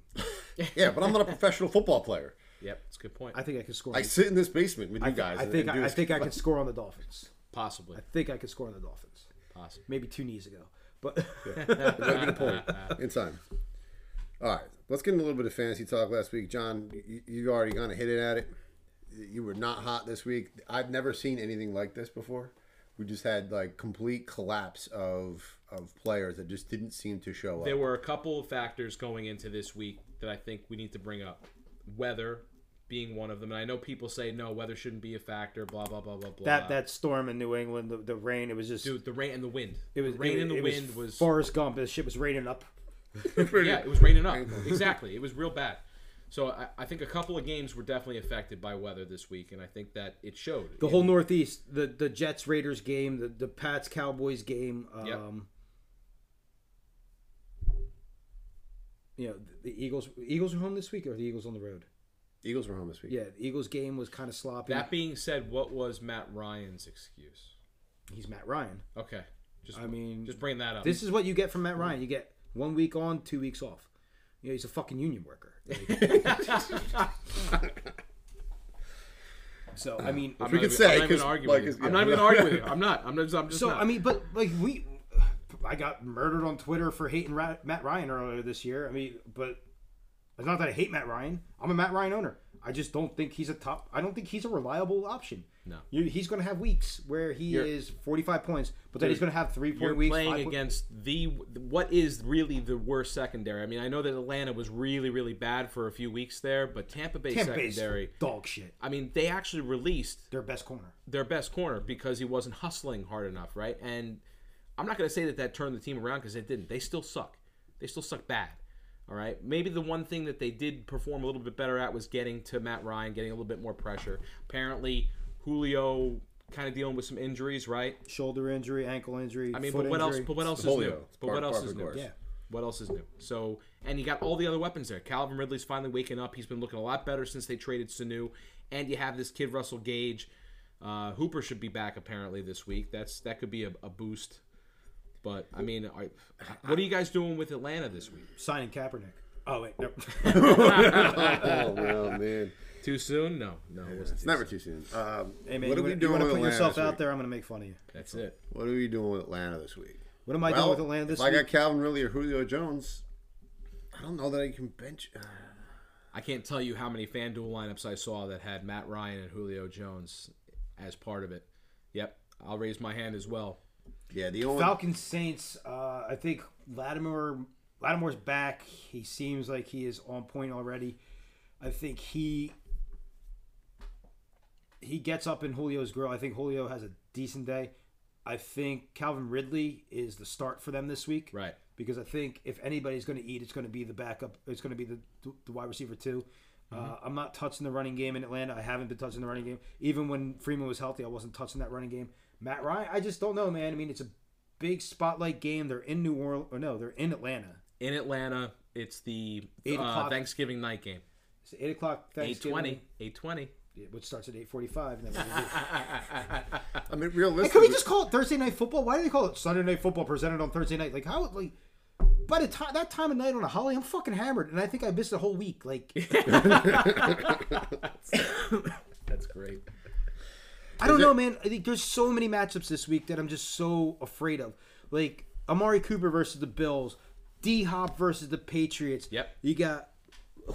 Yeah, but I'm not a professional football player.
Yep, it's a good point.
I think I can score.
I sit in this basement with you guys.
I
and-
think
and
I,
do
I
this-
think I can score on the Dolphins.
possibly,
I think I could score on the Dolphins.
possibly.
Maybe two knees ago, but
It might have been a point in time. All right, let's get into a little bit of fantasy talk. Last week, John, you, you already kind of hit it at it. You were not hot this week. I've never seen anything like this before. We just had like complete collapse of of players that just didn't seem to show
There
up.
were a couple of factors going into this week that I think we need to bring up. Weather being one of them, and I know people say no, weather shouldn't be a factor. Blah blah blah blah blah.
that that storm in New England, the, the rain, it was just
dude, the rain and the wind.
it was
rain
it,
and the
it
wind was.
Forrest Gump. This shit was raining up.
yeah, it was raining up. exactly, it was real bad. So I, I think a couple of games were definitely affected by weather this week, and I think that it showed.
The whole Northeast, the the Jets Raiders game, the the Pats Cowboys game. Um,
Yep.
You know the Eagles. Eagles are home this week, or the Eagles on the road?
Eagles were home this week.
Yeah, the Eagles game was kind of sloppy.
that being said, what was Matt Ryan's excuse?
He's Matt Ryan.
Okay, just
I mean,
just bring that up.
This is what you get from Matt Ryan. You get one week on, two weeks off. You know, he's a fucking union worker. so I mean,
I'm
we
not
could
even-
say,
I'm not even
'cause
arguing
Mike
with
is-
you. I'm not
yeah.
even arguing with you. I'm not. I'm just. I'm just
so
not.
I mean, but like we, I got murdered on Twitter for hating Ra- Matt Ryan earlier this year. I mean, but it's not that I hate Matt Ryan. I'm a Matt Ryan owner. I just don't think he's a top. I don't think he's a reliable option.
No.
You- he's going to have weeks where he
You're-
is 45 points, but then he's going to have three
You're
point weeks.
playing
five point-
against the what is really the worst secondary. I mean, I know that Atlanta was really, really bad for a few weeks there, but Tampa Bay
Tampa Bay's
secondary.
dog shit.
I mean, they actually released
Their best corner.
their best corner because he wasn't hustling hard enough, right? And I'm not going to say that that turned the team around because it didn't. They still suck. They still suck bad. All right. Maybe the one thing that they did perform a little bit better at was getting to Matt Ryan, getting a little bit more pressure. Apparently, Julio kind of dealing with some injuries, right?
shoulder injury, ankle injury.
I mean,
foot
but what else?
injury.
But what else is
polio.
new? But
Part-
what else
part of
is
the
new?
course.
Yeah.
What else is new? So, and you got all the other weapons there. Calvin Ridley's finally waking up. He's been looking a lot better since they traded Sanu, and you have this kid Russell Gage. Uh, Hooper should be back apparently this week. That's that could be a, a boost. But I mean, I, what are you guys doing with Atlanta this week?
signing Kaepernick? Oh wait, no.
Oh no, man,
Too soon? No, no, it wasn't.
it's never too soon. Um,
hey man, you,
what are we
wanna- you
doing
want to
with
put
Atlanta
yourself
this
out
week?
there? I'm gonna make fun of you.
That's it.
What are we doing with Atlanta this week?
What am I
Well,
doing with Atlanta this
if I
week?
got Calvin Ridley or Julio Jones, I don't know that I can bench. Uh,
I can't tell you how many FanDuel lineups I saw that had Matt Ryan and Julio Jones as part of it. Yep, I'll raise my hand as well.
yeah, the only
Falcons Saints. Uh, I think Lattimore Lattimore's back. He seems like he is on point already. I think he he gets up in Julio's grill. I think Julio has a decent day. I think Calvin Ridley is the start for them this week.
Right.
Because I think if anybody's going to eat, it's going to be the backup. It's going to be the, the wide receiver too. Uh, I'm not touching the running game in Atlanta. I haven't been touching the running game. Even when Freeman was healthy, I wasn't touching that running game. Matt Ryan, I just don't know, man. I mean, it's a big spotlight game. They're in New Orleans. Or no, they're in Atlanta.
in Atlanta. It's the
Eight
uh,
o'clock.
Thanksgiving night game.
It's eight o'clock.
820.
Thanksgiving,
820.
which starts at eight forty-five. And then
I mean, realistically,
Can we just call it Thursday night football? Why do they call it Sunday night football presented on Thursday night? Like how like by the time that time of night on a holiday, I'm fucking hammered, and I think I missed a whole week. Like
That's great.
I don't know, man. I think there's so many matchups this week that I'm just so afraid of. Like Amari Cooper versus the Bills, D Hop versus the Patriots.
Yep.
You got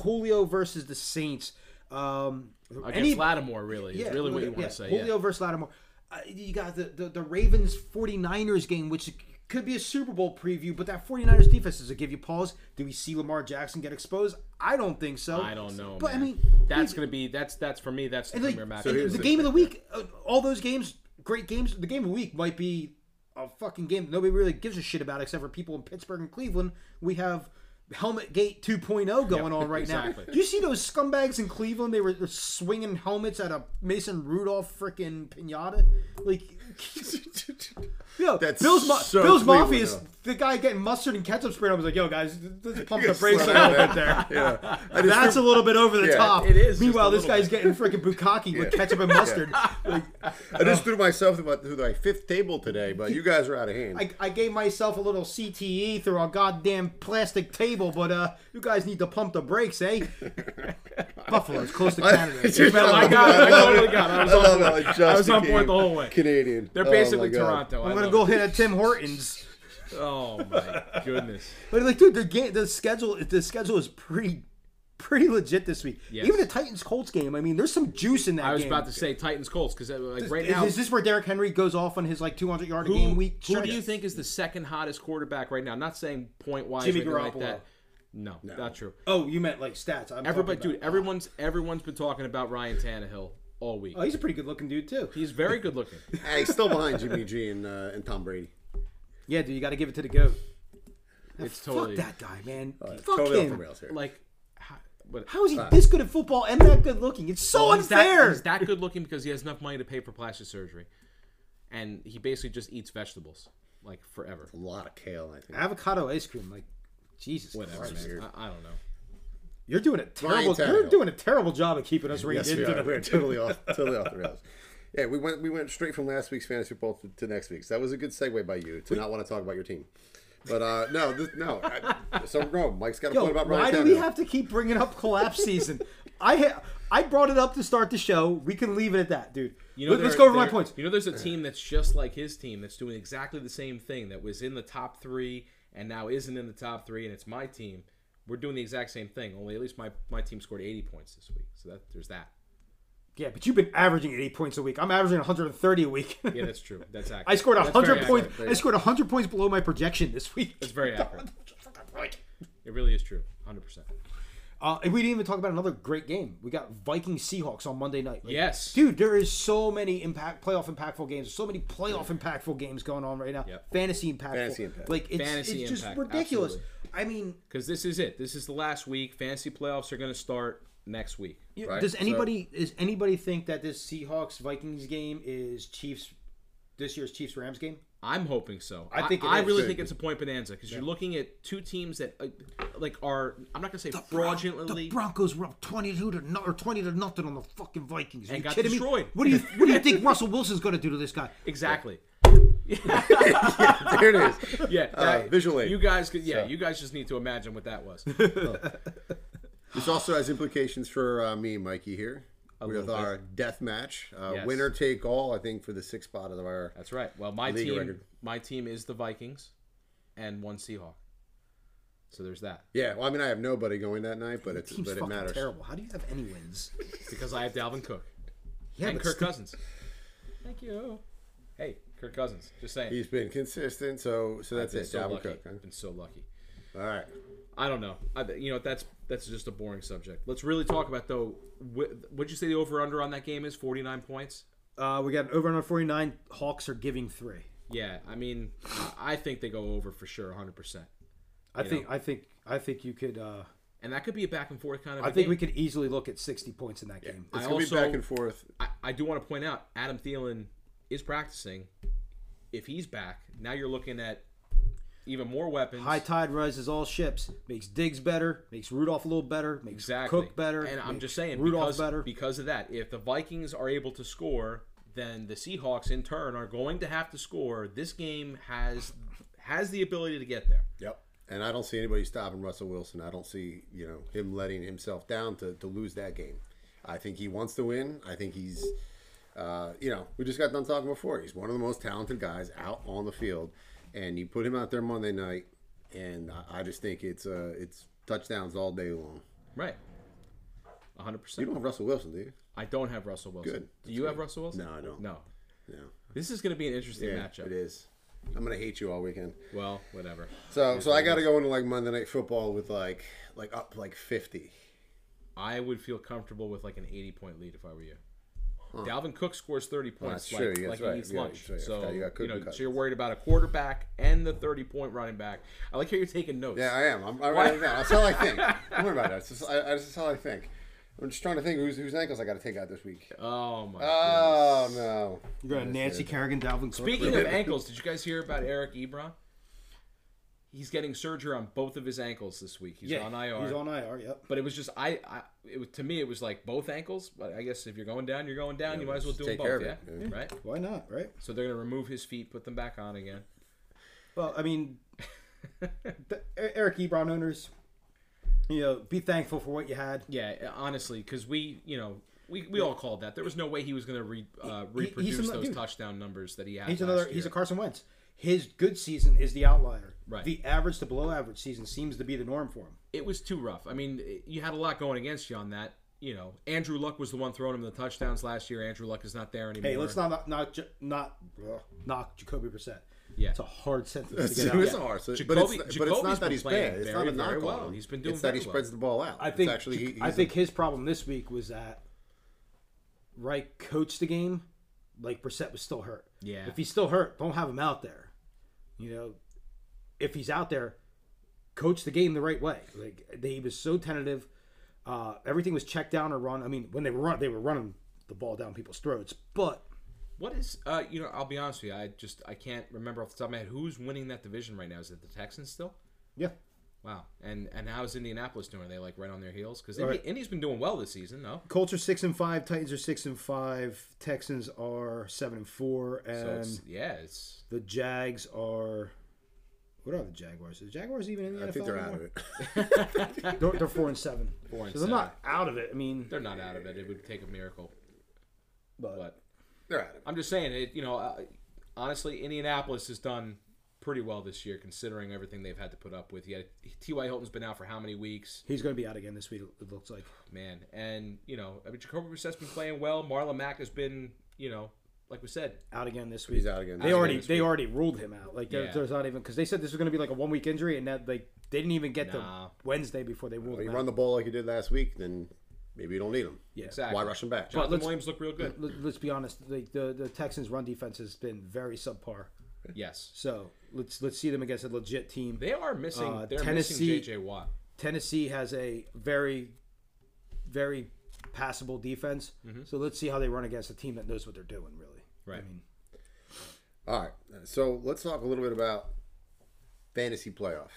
Julio versus the Saints. Um,
Against Lattimore, really. is really what you want to say.
Julio
Yeah.
versus Lattimore. Uh, you got the, the, the Ravens 49ers game, which could be a Super Bowl preview, but that 49ers defense does it give you pause. Do we see Lamar Jackson get exposed? I don't think so.
I don't know.
But I
man.
mean,
that's
we-
going to be that's that's for me. That's the
and, like,
premier match.
and
here's
the
the
game of the week, uh, all those games, great games. The game of the week might be a fucking game that nobody really gives a shit about except for people in Pittsburgh and Cleveland. We have Helmet Gate 2.0 going on right
exactly.
now. Do you see those scumbags in Cleveland? They were they're swinging helmets at a Mason Rudolph freaking pinata. Like, yo,
That's
Bill's, Ma-
so
Bill's
Cleveland,
Mafia's
though.
the guy getting mustard and ketchup sprayed. I was like, yo, guys, let's pump the
Slow
brakes a
down,
little bit there.
man. Yeah. I just
That's a
feel-
little bit over the
Yeah,
top.
it is just
Meanwhile,
a
this
little
guy's getting freaking bukkake with ketchup and mustard. Like,
I just threw myself through my, through my fifth table today, but you guys are out of hand.
I, I gave myself a little CTE through a goddamn plastic table, but uh, you guys need to pump the brakes, eh? Buffalo's close to Canada.
I got it. I totally got it. I was
I
on
love
board.
it, like
I was
just
on board
became
the whole way.
Canadian.
They're
Oh,
basically
my God.
Toronto.
I'm
I
gonna
love
go
it.
hit at Tim Hortons.
Oh my goodness.
But like, dude, the game, the schedule, the schedule is pretty, pretty legit this week.
Yes.
Even the Titans Colts game. I mean, there's some juice in that.
I was
game.
about to say Titans Colts because like right
Is-
now
is this where Derrick Henry goes off on his like 200 yard a
who,
game week?
who
stretch?
do you think is the second hottest quarterback right now? I'm not saying point wise
Jimmy
or anything like
Garoppolo.
that. No, not true.
Oh, you meant like stats. I'm
Everybody,
talking about-
dude, everyone's everyone's been talking about Ryan Tannehill all week.
Oh, he's a pretty good looking dude too.
He's very good looking.
Hey, he's still behind Jimmy G and, uh, and Tom Brady.
Yeah, dude, you got to give it to the goat.
It's totally
Fuck that guy, man. Fuck
Oh, Totally off the
him.
rails Uh, here.
like how, but
How is he this good at football and that good looking? It's so
Well, he's that-
unfair.
he's that good looking because he has enough money to pay for plastic surgery, and he basically just eats vegetables like forever.
a lot of kale, I think.
Avocado ice cream, like Jesus Christ.
man.
I, I don't know.
You're doing a terrible.
Tannehill.
You're doing a terrible job of keeping us
Yes,
rated.
we are. We're totally off, totally off the rails. Yeah, we went we went straight from last week's fantasy football to, to next week's. That was a good segue by you to not want to talk about your team. But uh, no, this, no. I, so no, Mike's got a
Yo,
point about
why
Ryan
do we
Tannehill.
have to keep bringing up collapse season? I ha- I brought it up to start the show. We can leave it at that, dude.
You know,
Let- let's
there-
go over my
there-
points.
You know, there's a team that's just like his team that's doing exactly the same thing that was in the top three and now isn't in the top three, and it's my team. We're doing the exact same thing, only at least my, my team scored 80 points this week. So that there's that.
Yeah, but you've been averaging 80 points a week. I'm averaging 130 a week.
Yeah, that's true. That's accurate.
I scored
That's
100
very
points.
accurate.
I scored 100 points below my projection this week.
That's very accurate. It really is true. 100%.
Uh, and we didn't even talk about another great game. We got Viking Seahawks on Monday night. Like,
Yes.
dude, there is so many impact playoff impactful games. So many playoff impactful games going on right now.
Yep.
Fantasy impactful.
Fantasy impact.
Like it's,
Fantasy
it's just
impact,
ridiculous. I mean,
Because this is it. This is the last week. Fantasy playoffs are going to start next week.
you-
Right,
does
so-
anybody does anybody think that this Seahawks Vikings game is Chiefs this year's Chiefs Rams game?
I'm hoping so.
I
I
think
think
it
I,
is.
really
Should
think it's a point bonanza because you're looking at two teams that uh, like are I'm not gonna say fraudulently
The Broncos were up twenty-two to no, or twenty to nothing on the fucking Vikings. Are you
got
kidding
destroyed.
me? What do you What do you think Russell Wilson's going to do to this guy?
exactly.
There it is.
Yeah, that-
visual aid.
You guys could yeah, you guys just need to imagine what that was.
This also has implications for uh, me, and Mikey here, with
little bit.
our death match, uh,
Yes.
winner take all. I think for the sixth spot of our.
That's right. Well, my
League
team
record.
my team is the Vikings and one Seahawk. So there's that
Yeah, well, I mean, I have nobody going that night, but it's
Team's
but it
fucking
matters.
terrible. How do you have any wins?
because I have Dalvin Cook
Yeah,
and
but
Kirk
still-
Cousins. Thank you. Hey, Kirk Cousins. Just saying.
He's been consistent, so so that's
been
it.
so
Dalvin
lucky.
Cook. huh?
Been so lucky.
All right.
I don't know. I, you know that's that's just a boring subject. Let's really talk about though. What would you say the over under on that game is? Forty nine points.
Uh, we got an over under 49. Hawks are giving three.
Yeah, I mean, I think they go over for sure, hundred percent.
I think I think I think you could. Uh,
And that could be a back and forth kind of.
I think we could easily look at 60 points in that game.
It's
I
gonna
also-
be back and forth.
I, I do want to point out Adam Thielen is practicing. If he's back, now you're looking at even more weapons.
High tide rises all ships. Makes Diggs better. Makes Rudolph a little better. Makes
exactly.
Cook better.
And I'm
makes
just saying
Rudolph
because,
better.
because of that. If the Vikings are able to score, then the Seahawks in turn are going to have to score. This game has has the ability to get there.
Yep. And I don't see anybody stopping Russell Wilson. I don't see, you know, him letting himself down to, to lose that game. I think he wants to win. I think he's Uh, you know, we just got done talking before. He's one of the most talented guys out on the field, and you put him out there Monday night, and I, I just think it's uh, it's touchdowns all day long.
Right.
You
100%.
don't have Russell Wilson, do you?
I don't have Russell Wilson.
Good.
Do you have Russell Wilson?
No, I don't.
No.
No.
This is going to be an interesting
Yeah,
matchup.
it is. I'm gonna hate you all weekend.
Well, whatever.
So, so I got to go into like Monday Night Football with like, like up like fifty.
I would feel comfortable with like an 80 point lead if I were you. Dalvin Cook scores 30 points
that's true.
like,
Yeah,
like
that's right.
he eats
Yeah,
lunch.
that's right. I
So,
forgot you
you
got Cook
know,
because-
so you're worried about a quarterback and the 30 point running back. I like how you're taking notes.
Yeah, I am. I'm, I'm right now. That's all I think. Don't worry about that. It's just, I, I- that's all I think. I'm just trying to think whose whose ankles I got to take out this week.
Oh my.
Oh no.
You got Nancy Kerrigan, Dalvin Cook.
Speaking of ankles, did you guys hear about Eric Ebron? He's getting surgery on both of his ankles this week. He's on IR.
He's on IR. Yep.
but it was just I, I it was, to me it was like both ankles. But I guess if you're going down, you're going down. you might as well do them
take care
both, yeah?
of
Right.
Why not? Right.
So they're gonna remove his feet, put them back on again.
Well, I mean, the E- Eric Ebron owners, you know, be thankful for what you had.
Yeah, honestly, because we, you know, we, we all called that. There was no way he was going to re, uh, reproduce
another-
those
dude.
touchdown numbers that he had.
He's
last
another.
Year.
He's a Carson Wentz. His good season is the outlier.
Right.
The average to below average season seems to be the norm for him.
it was too rough. I mean, it- you had a lot going against you on that. You know, Andrew Luck was the one throwing him the touchdowns last year. Andrew Luck is not there anymore.
Hey, let's not not not ju- not ugh, knock Jacoby Percent.
Yeah.
It's a hard sentence to
It's,
get out.
a hard. So,
Jacoby-
but it's, not- but it's
Jacoby's
not
been
that he's
playing
bad. It's
very,
not a
very
knock
well.
on him.
He's been doing
It's that
very
he spreads
well.
the ball out.
I think
it's actually. He,
I
he's a-
think his problem this week was that Reich coached the game, like Brissett was still hurt.
Yeah.
If he's still hurt, don't have him out there. You know, if he's out there, coach the game the right way. Like they, he was so tentative. Uh, everything was checked down or run. I mean, when they were run, they were running the ball down people's throats. But
What is, uh, you know, I'll be honest with you. I just, I can't remember off the top of my head who's winning that division right now. Is it the Texans still?
yeah,
Wow. And and how's Indianapolis doing? Are they like right on their heels? Because Indy,
Right.
Indy's been doing well this season, though.
Colts are six and five. Titans are six and five. Texans are seven and four.
So
And
it's, yeah, it's
the Jags are. What are the Jaguars? Is the Jaguars even in the NFL?
I think they're out
anymore?
of it.
They're, they're four and seven.
Four and
so they're
seven.
not out of it. I mean,
they're not out of it. It would take a miracle.
but,
But
they're out of it.
I'm just saying it. You know, uh, honestly, Indianapolis has done pretty well this year considering everything they've had to put up with. Yet T.Y. Hilton's been out for how many weeks,
he's going to be out again this week. It looks like.
man? And you know, I mean, Jacoby Brissett's been playing well. Marlon Mack has been, you know, like we said,
Out again this week.
He's out again.
They already they already ruled him out. Like there-
Yeah.
there's not even because they said this was going to be like a one week injury, and that like they didn't even get
Nah.
to Wednesday before they ruled
If you
him
run
out.
the ball like you did last week, then maybe you don't need him.
Yeah.
exactly.
Why rush him back?
Jonathan
let's-
Williams looked real good.
Let, let's be honest. Like the the Texans' run defense has been very subpar.
Yes,
So let's let's see them against a legit team.
they are missing.
Uh,
they're
Tennessee-
missing J.J. Watt.
Tennessee has a very, very passable defense. So let's see how they run against a team that knows what they're doing. Really.
Right.
All right. So let's talk a little bit about fantasy playoff.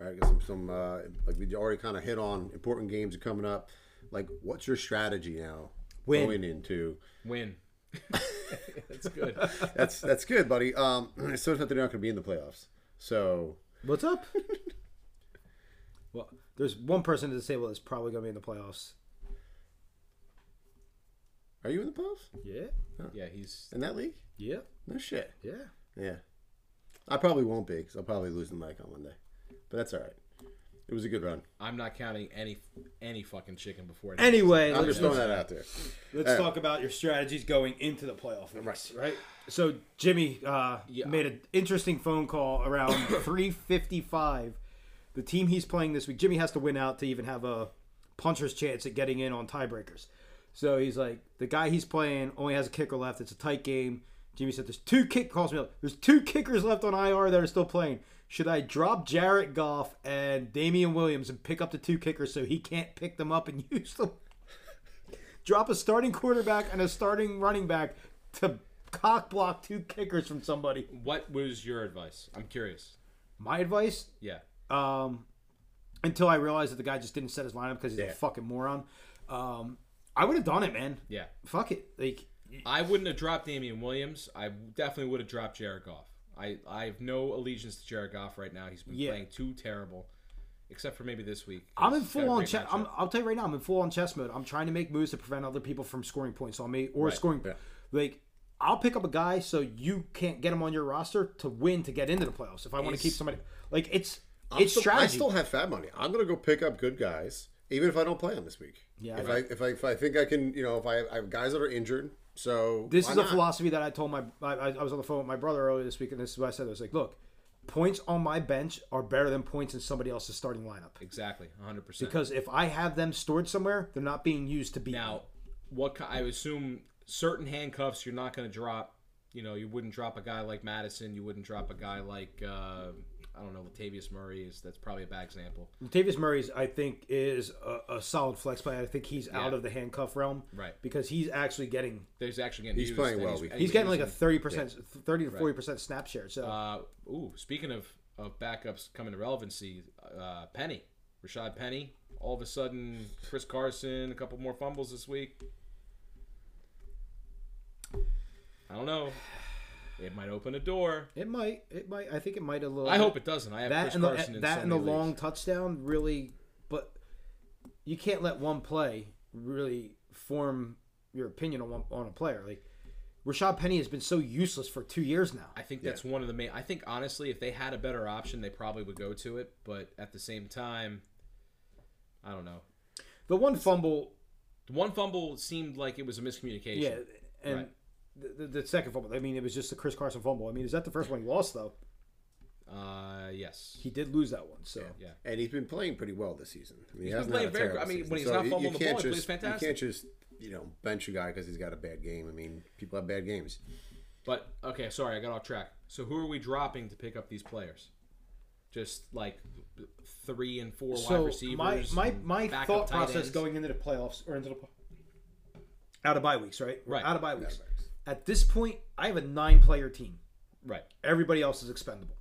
All right. Got some, some uh, like we already kind of hit on important games are coming up. Like, what's your strategy now
Win.
going into?
Win. That's good.
That's that's good, buddy. Um, it's so that they're not going to be in the playoffs. So
What's up? well, there's one person at the table that's probably going to be in the playoffs.
are you in the playoffs
Yeah.
Yeah, he's
in that league?
Yeah.
No shit.
Yeah.
Yeah. I probably won't be because I'll probably lose the mic on Monday, but that's all right. It was a good run.
I'm not counting any any fucking chicken before. it happens.
Anyway,
I'm
let's,
just throwing that out there.
let's talk about your strategies going into the playoff. Right. Right. So Jimmy uh,
Yeah.
made an interesting phone call around 3:55. The team he's playing this week, Jimmy has to win out to even have a puncher's chance at getting in on tiebreakers. So he's like, the guy he's playing only has a kicker left. It's a tight game. Jimmy said, "There's two kick calls me. Up. There's two kickers left on IR that are still playing. Should I drop Jarrett Goff and Damian Williams and pick up the two kickers so he can't pick them up and use them? drop a starting quarterback and a starting running back to cock block two kickers from somebody.
What was your advice? I'm curious.
My advice,
Yeah.
um, until I realized that the guy just didn't set his lineup because he's a fucking moron, um, I would have done it, man.
Yeah.
Fuck it. Like,
I wouldn't have dropped Damian Williams. I definitely would have dropped Jared Goff. I, I have no allegiance to Jared Goff right now. He's been
Yeah.
playing too terrible. except for maybe this week.
I'm in
It's got a
full on
great
chess.
matchup.
I'm, I'll tell you right now, I'm in full on chess mode. I'm trying to make moves to prevent other people from scoring points on me or scoring. Like, I'll pick up a guy so you can't get him on your roster to win to get into the playoffs. If I want to keep somebody, like it's
I'm
it's
still, I
strategy.
still have fat money. I'm gonna go pick up good guys, even if I don't play them this week.
Yeah,
If
I-
I, if I if I think I can, you know, if I, I have guys that are injured, so
this
why
is a
not?
philosophy that I told my. I, I I was on the phone with my brother earlier this week, and this is what I said. I was like, look, points on my bench are better than points in somebody else's starting lineup
exactly 100. percent
because if I have them stored somewhere, they're not being used to beat. me.
Now, what ki- I assume certain handcuffs you're not going to drop. You know, you wouldn't drop a guy like Madison. You wouldn't drop a guy like uh, I don't know Latavius Murray. Is that's probably a bad example.
Latavius Murray's, I think, is a, a solid flex play. I think he's out of the handcuff realm,
Right.
Because he's actually getting
There's actually getting
He's
used,
playing
and
well week-
he's getting like a thirty percent, thirty to forty percent snap share. So
Uh, ooh, speaking of of backups coming to relevancy, uh, Penny, Rashad Penny. All of a sudden, Chris Carson, a couple more fumbles this week. I don't know. It might open a door.
it might, it might. I think it might a little.
I hope it doesn't. I have
that
Chris
and the,
Carson in
that
so
and the
many leagues.
long touchdown really, but you can't let one play really form your opinion on one, on a player. Like Rashad Penny has been so useless for two years now.
I think that's one of the main. I think honestly, if they had a better option, they probably would go to it. But at the same time, I don't know.
The one fumble,
The one fumble seemed like it was a miscommunication.
yeah, and.
Right.
The, the, the second fumble. I mean, it was just the Chris Carson fumble. I mean, is that the first one he lost though?
Uh, yes.
he did lose that one. So
Yeah.
And he's been playing pretty well this season. I mean, he hasn't
playing
had a
very-
terrible
I mean,
season.
when he's
So
not
you- you
fumbling the
can't
ball, he plays
just-
fantastic.
You can't just you know bench a guy because he's got a bad game. I mean, people have bad games.
But okay, sorry, I got off track. So who are we dropping to pick up these players? Just like three and four wide
So
receivers.
my my
and
my
backup
thought
tight
process
ends.
going into the playoffs or into the out of bye weeks, right? We're
Right.
Out of bye weeks. At this point, I have a nine-player team.
right.
Everybody else is expendable.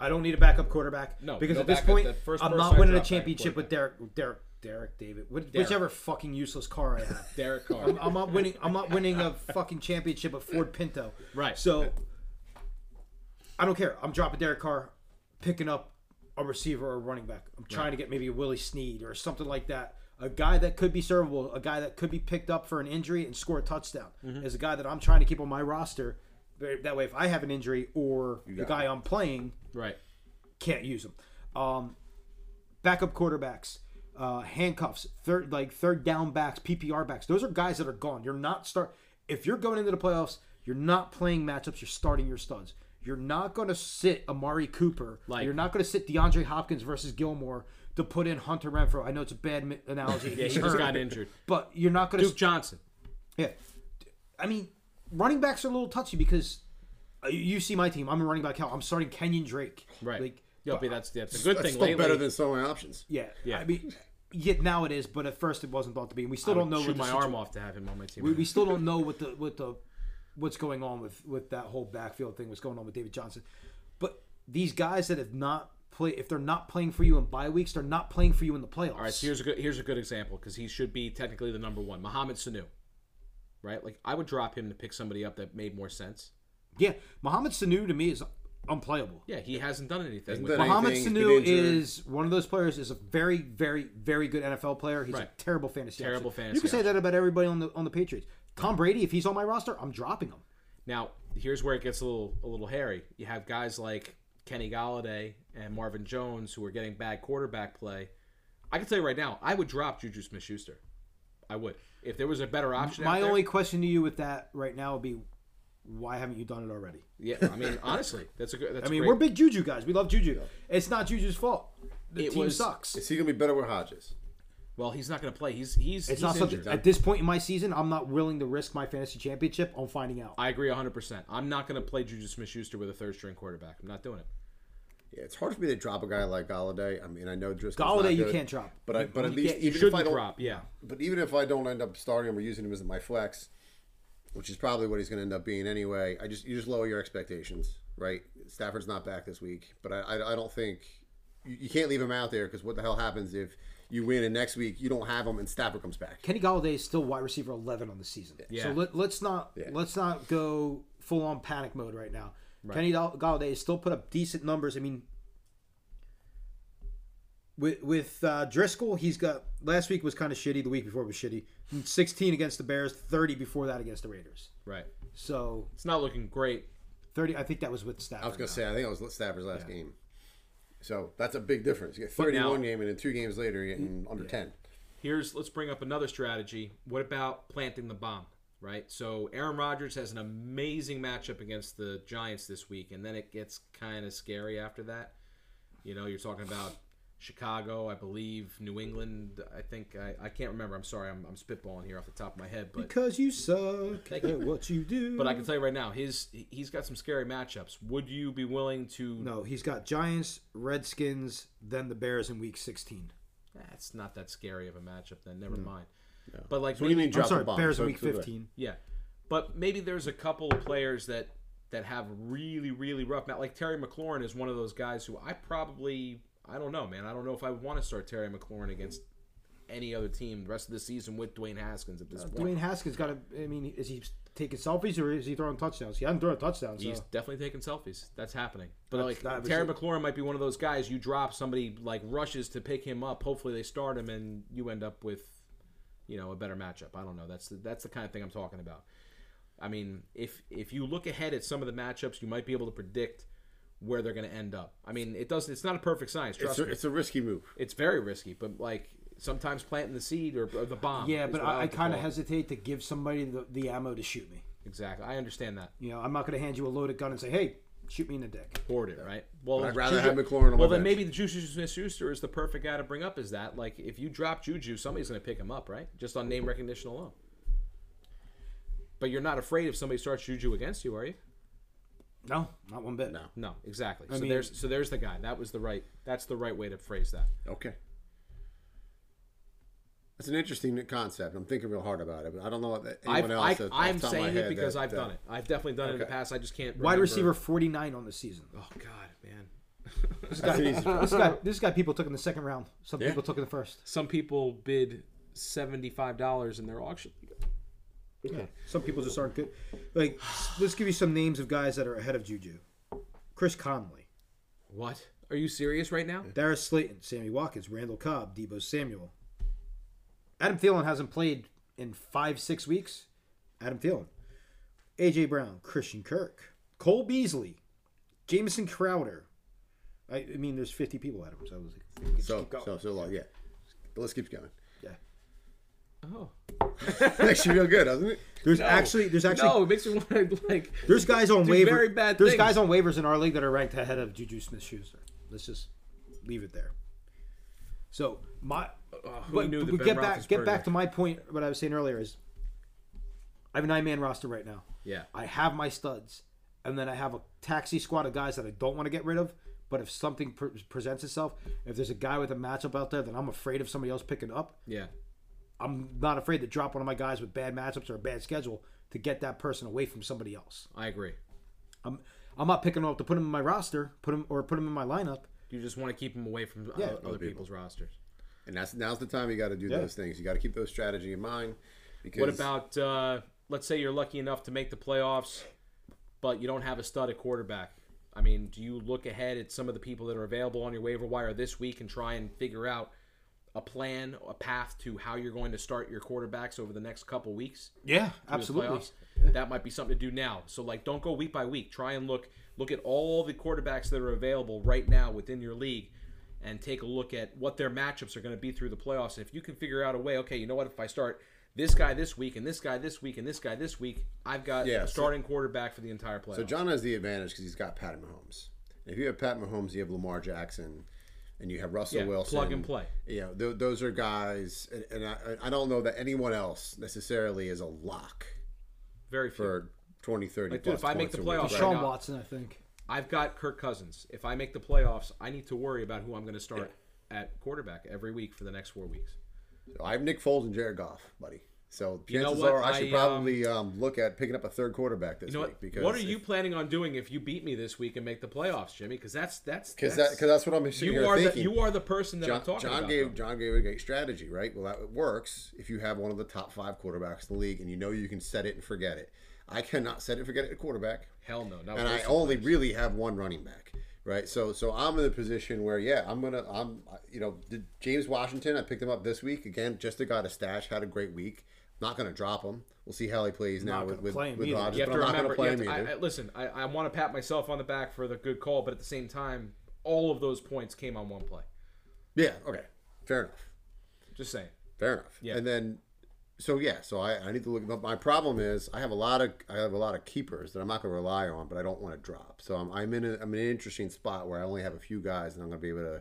I don't need a backup quarterback.
No,
because
no
at this
backup.
point,
The first
I'm
person
not
I
winning a
drop, backup
championship with Derek, Derek, Derek, David, wh- whichever fucking useless car I have.
Derek Carr.
I'm not winning. I'm not winning a fucking championship with Ford Pinto.
Right.
So I don't care. I'm dropping Derek Carr, picking up a receiver or a running back. I'm trying to get maybe a Willie Snead or something like that. A guy that could be servable, a guy that could be picked up for an injury and score a touchdown, is a guy that I'm trying to keep on my roster. That way, if I have an injury or the guy I'm playing
right.
can't use them. Um, backup quarterbacks, uh, handcuffs, third like third down backs, PPR backs. Those are guys that are gone. You're not start if you're going into the playoffs. You're not playing matchups. You're starting your studs. You're not going to sit Amari Cooper.
Like-
you're not going to sit DeAndre Hopkins versus Gilmore to put in Hunter Renfro. I know it's a bad mi- analogy.
Yeah, he just got injured.
But you're not going
Duke
to.
Johnson.
Yeah. I mean, running backs are a little touchy because uh, you- you see my team. I'm a running back. hell. I'm starting Kenyon Drake.
Right.
Like,
yeah, but that's that's a good
That's
thing.
still
Lately,
better than so many options.
Yeah,
Yeah.
I mean, yet now it is, but at first it wasn't thought to be. And we still don't know.
shoot
What
my
the
arm
situa-
off to have him on my team.
We, we still don't know what the what the what's going on with with that whole backfield thing. What's going on with David Johnson? But these guys that have not played, if they're not playing for you in bye weeks, they're not playing for you in the playoffs.
All right, so here's a good here's a good example because he should be technically the number one, Mohamed Sanu, right? Like I would drop him to pick somebody up that made more sense.
yeah, Mohamed Sanu to me is unplayable.
Yeah, he hasn't done anything.
Hasn't
with-
done anything.
Mohamed
He's been
Sanu
injured.
is one of those players. is a very, very, very good NFL player. He's
Right.
a terrible fantasy.
Terrible
option.
fantasy
You can say that about everybody on the on the Patriots. Tom Brady, if he's on my roster, I'm dropping him.
now here's where it gets a little a little hairy. You have guys like Kenny Galladay and Marvin Jones who are getting bad quarterback play. I can tell you right now, I would drop Juju Smith-Schuster. I would if there was a better option. out
My
there-
only question to you with that right now would be, why haven't you done it already?
yeah, I mean honestly, that's a good. That's
I mean,
great.
we're big Juju guys. We love Juju. It's not Juju's fault. The
It
team
was-
sucks. It's,
Is he gonna be better with Hodges?
well, he's not going to play. He's he's he's
not
injured.
something. At this point in my season, I'm not willing to risk my fantasy championship on finding out.
I agree 100%. I'm not going to play Juju Smith-Schuster with a third-string quarterback. I'm not doing it.
Yeah, it's hard for me to drop a guy like Galladay. I mean, I know Driscoll.
Galladay, you can't drop.
But I, but at
you
least
can't-
even if I
Shouldn't
don't,
drop, yeah.
But even if I don't end up starting him or using him as my flex, which is probably what he's going to end up being anyway, I just you just lower your expectations, right? Stafford's not back this week, but I I, I don't think you, you can't leave him out there because what the hell happens if you win and next week you don't have him and Stafford comes back?
Kenny Galladay is still wide receiver 11 on the season.
Yeah.
So let, let's not let's not go full on panic mode right now. Kenny Gall- Galladay has still put up decent numbers. I mean, with with uh, Driscoll, he's got last week was kind of shitty. The week before was shitty. 16 against the Bears, 30 before that against the Raiders.
Right.
So
It's not looking great.
30, I think that was with Stafford.
I was gonna
now.
say I think it was Stafford's last game. So that's a big difference. You get 31
now-
game and then two games later you're getting under 10.
Here's let's bring up another strategy. What about planting the bomb? Right. So Aaron Rodgers has an amazing matchup against the Giants this week, and then it gets kind of scary after that. You know, you're talking about Chicago, I believe, New England. I think I, I can't remember. I'm sorry, I'm, I'm spitballing here off the top of my head, but
because you suck
Thank
at
you.
what you do.
but I can tell you right now, his he- he's got some scary matchups. Would you be willing to?
no, he's got Giants, Redskins, then the Bears in Week 16.
That's not that scary of a matchup. Then never mind. But like,
So what do you mean
maybe-
drop
I'm sorry,
the bomb?
Bears
So-
in Week
so do I.
15.
Yeah, but maybe there's a couple of players that that have really really rough mat. Like Terry McLaurin is one of those guys who I probably I don't know, man. I don't know if I want to start Terry McLaurin against any other team the rest of the season with Dwayne Haskins at this point.
Dwayne Haskins got to. I mean, is he taking selfies or is he throwing touchdowns? He hasn't thrown a touchdown. So.
He's definitely taking selfies. That's happening. But
That's- that
like
was
Terry
it.
McLaurin might be one of those guys you drop somebody like rushes to pick him up. Hopefully they start him and you end up with you know a better matchup. I don't know. That's the, that's the kind of thing I'm talking about. I mean, if if you look ahead at some of the matchups, you might be able to predict where they're going to end up. I mean, it does not it's not a perfect science, trust
It's a,
me. It's,
it's a risky move.
very risky, but like sometimes planting the seed or, or the bomb.
yeah,
is
but
what
I, I
like to
kind of
call it.
hesitate to give somebody the, the ammo to shoot me.
Exactly. I understand that.
You know, I'm not going to hand you a loaded gun and say, "Hey, shoot me in the dick."
Hoard it, right? Well,
But I'd rather
Juju-
have McLaurin on
Well,
my
then
bench.
maybe the Juju Smith-Schuster is the perfect guy to bring up. Is that like if you drop Juju, somebody's going to pick him up, right? Just on name recognition alone. But you're not afraid if somebody starts Juju against you, are you?
No, not one bit.
No.
No, exactly. so
mean-
there's so there's the guy. That was the right. That's the right way to phrase that.
Okay. That's an interesting concept. I'm thinking real hard about it, but I don't know if
I've,
anyone else.
I,
that's off
I'm
the top of my
saying it
head
because
that- uh,
I've
that-
done it. I've definitely done it in the
Okay.
past. I just can't.
Wide
remember-
receiver 49 on the season.
Oh God, man.
That's an easy
This guy, this guy, people took in the second round. Some
Yeah.
people took in the first.
Some people bid seventy-five dollars in their auction.
Some people just aren't good. Like, let's give you some names of guys that are ahead of Juju: Chris Conley,
What? Are you serious right now?
Darius Slayton, Sammy Watkins, Randall Cobb, Debo Samuel. Adam Thielen hasn't played in five, six weeks. Adam Thielen, AJ Brown, Christian Kirk, Cole Beasley, Jameson Crowder. I, I mean, there's 50 people at him, so I was like, just
So,
keep going.
so, so long, yeah. But let's keep going.
yeah.
Oh.
That Makes you feel good, doesn't it?
There's actually, there's actually
no, it makes me want to like.
There's guys on
do
waivers.
very bad
There's
things.
guys on waivers in our league that are ranked ahead of Juju Smith-Schuster. Let's just leave it there. So my,
Uh, who
but,
knew
but
that
we
Ben
get back get
Roethlisberger-
back to my point. What I was saying earlier is, I have a nine man roster right now.
Yeah.
I have my studs, and then I have a taxi squad of guys that I don't want to get rid of. But if something pre- presents itself, if there's a guy with a matchup out there that I'm afraid of somebody else picking up,
Yeah.
I'm not afraid to drop one of my guys with bad matchups or a bad schedule to get that person away from somebody else.
I agree.
I'm I'm not picking him up to put him in my roster, put him or put him in my lineup.
You just want to keep them away from uh,
Yeah.
other people's rosters.
And that's now's the time you got to do those things. You got to keep those strategy in mind. Because
What about uh, let's say you're lucky enough to make the playoffs, but you don't have a stud at quarterback. I mean, do you look ahead at some of the people that are available on your waiver wire this week and try and figure out a plan, a path to how you're going to start your quarterbacks over the next couple weeks?
Yeah,
through the playoffs, That might be something to do now. So like, don't go week by week. Try and look look at all the quarterbacks that are available right now within your league, and take a look at what their matchups are going to be through the playoffs. And if you can figure out a way, okay, you know what? If I start this guy this week and this guy this week and this guy this week, I've got
Yeah,
a
so-
starting quarterback for the entire playoffs.
So John has the advantage because he's got Pat Mahomes. And if you have Pat Mahomes, you have Lamar Jackson, and you have Russell
Yeah, plug
Wilson.
and play.
Yeah, th- those are guys, and, and I, I don't know that anyone else necessarily is a lock
Very few.
for 20, 30
dude, if I make
points
the
a week,
playoffs,
right?
Sean
Sean
now-
Watson, I think.
I've got Kirk Cousins. If I make the playoffs, I need to worry about who I'm going to start at quarterback every week for the next four weeks.
So I have Nick Foles and Jared Goff, buddy. So
know
chances
what?
are I should
I, um,
probably um, look at picking up a third quarterback this
You know
week
what?
because
what are you planning on doing if you beat me this week and make the playoffs, Jimmy? Because that's that's
Because that, because that's what I'm sitting
you
here
are the,
thinking.
you are the person that I'm
John,
talking
John
about.
gave
though.
John gave a great strategy, right? Well, that works if you have one of the top five quarterbacks in the league, and you know you can set it and forget it. I cannot set it and forget it at quarterback,
Hell no, not
and I
Wilson.
only really have one running back, right? So so I'm in the position where yeah, I'm gonna I'm you know the, James Washington. I picked him up this week again. Just a got a stash. Had a great week. Not gonna drop him. We'll see how he plays now
not
with
gonna
with,
play him
with
either.
Rodgers.
You have
But
to
I'm not
remember.
gonna play
you have
him
to-
either.
I, I, listen, I, I want to pat myself on the back for the good call, but at the same time, all of those points came on one play.
yeah. Okay. Fair enough.
Just saying.
Fair enough.
Yeah.
And then, so yeah, so I, I need to look. But my problem is I have a lot of I have a lot of keepers that I'm not going to rely on, but I don't want to drop. So I'm, I'm in a, I'm in an interesting spot where I only have a few guys, and I'm going to be able to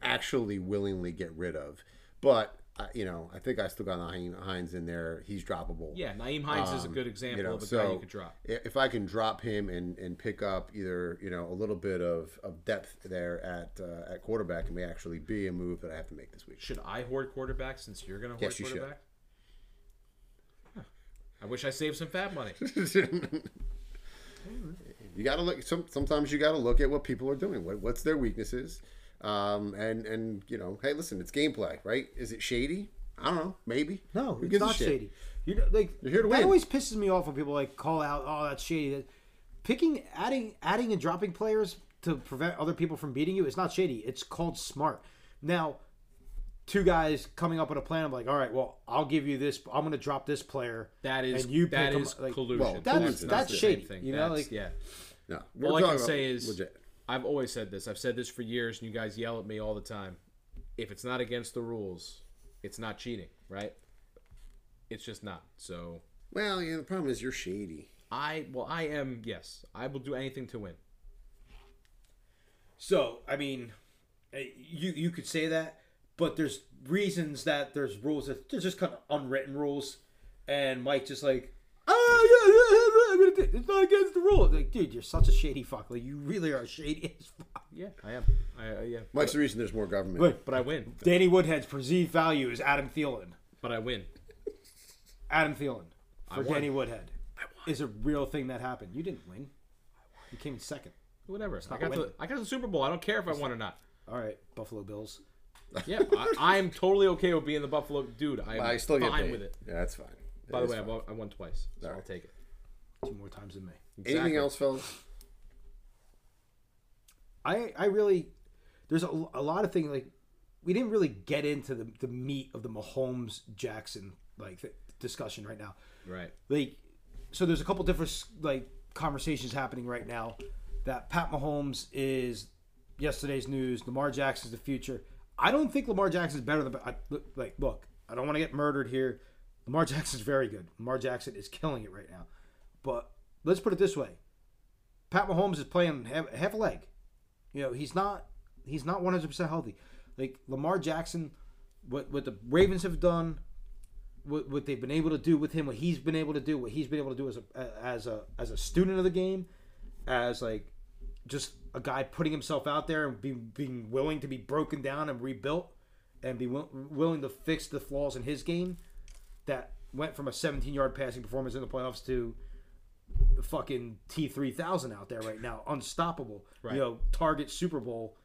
actually willingly get rid of. But I, you know, I think I still got Naheem Hines in there. He's droppable.
Yeah, Naeem Hines is a good example
Um, You know,
of a
so
guy you could drop.
i- if I can drop him and, and pick up either you know a little bit of, of depth there at uh, at quarterback, it may actually be a move that I have to make this week.
Should I hoard quarterback since you're going to hoard
Yes, you should.
quarterback? Huh. I wish I saved some fat money.
you gotta look. Some, sometimes you gotta look at what people are doing. What, what's their weaknesses? Um, and and you know, hey, listen, it's gameplay, right? Is it shady? I don't know. Maybe.
No,
Who
it's
gives a
not
shit?
shady. You know, like
You're here to
that
win.
always pisses me off when people like call out, "Oh, that's shady." That picking, adding, adding, and dropping players to prevent other people from beating you is not shady. It's called smart. Now, two guys coming up with a plan. I'm like, "All right, well, I'll give you this. I'm going to drop this player."
That is
and you
that
pick 'em,
is
like,
collusion.
Well,
That's
Collusion,
that's,
that's
the
shady.
same thing.
You know,
That's-
like
yeah.
No.
All
we're
I
talking
can
about
say is
legit.
I've always said this. I've said this for years, and you guys yell at me all the time. If it's not against the rules, it's not cheating, right? It's just not. So
Well, yeah. The problem is you're shady.
I well, I am yes. I will do anything to win.
So I mean, eh, you you could say that, but there's reasons that there's rules that there's just kind of unwritten rules, and Mike just like, oh yeah, yeah, yeah, yeah, I'm gonna do- it's not against the rule. Like, dude, you're such a shady fuck. Like, you really are shady as fuck.
Yeah, I am. I uh, yeah,
Mike's the reason there's more government.
Wait.
but I win.
Danny Woodhead's perceived value is Adam Thielen.
But I win.
Adam Thielen for
won.
Danny Woodhead is a real thing that happened. You didn't win. You came in second.
Whatever. I
not
got
a
the
win.
I got the Super Bowl. I don't care if I won or not.
All right, Buffalo Bills.
Yeah, I, I'm totally okay with being the Buffalo dude. I'm
I still get
fine
paid.
with it.
Yeah, that's fine.
By the
It
way,
is
I
fine.
won, I won twice, so I'll
Alright.
take it.
Two more times than me.
anything
Exactly.
else, fellas?
I I really there's a, a lot of things like we didn't really get into the, the meat of the Mahomes Jackson like th- discussion right now.
Right.
Like so there's a couple different like conversations happening right now that Pat Mahomes is yesterday's news, Lamar Jackson's the future. I don't think Lamar Jackson's better than I, look- like look, I don't want to get murdered here. Lamar Jackson's very good. Lamar Jackson is killing it right now. But let's put it this way. Pat Mahomes is playing half, half a leg. You know, he's not he's not 100% healthy. Like Lamar Jackson what what the Ravens have done what, what they've been able to do with him, what he's been able to do, what he's been able to do as a as a as a student of the game, as like just a guy putting himself out there and being being willing to be broken down and rebuilt, and be wi- willing to fix the flaws in his game, that went from a 17 yard passing performance in the playoffs to the fucking T3000 out there right now, unstoppable. You know, target Super Bowl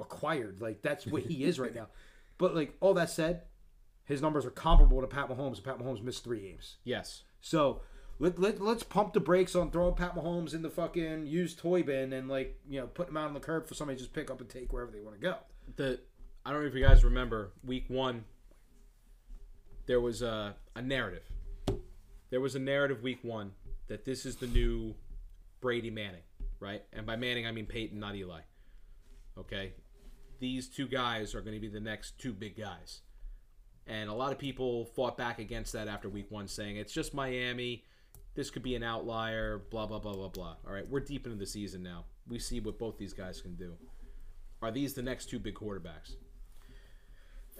acquired. Like that's what he is right now. But like all that said, his numbers are comparable to Pat Mahomes. Pat Mahomes missed three games.
Yes.
So let, let, let's pump the brakes on throwing Pat Mahomes in the fucking used toy bin and like, you know, putting him out on the curb for somebody to just pick up and take wherever they want to go.
the I don't know if you guys remember week one. There was a, a narrative. There was a narrative week one that this is the new Brady Manning, right? And by Manning I mean Peyton, not Eli. Okay, these two guys are going to be the next two big guys, and a lot of people fought back against that after week one, saying it's just Miami. This could be an outlier. Blah blah blah blah blah. All right, we're deep into the season now. We see what both these guys can do. Are these the next two big quarterbacks?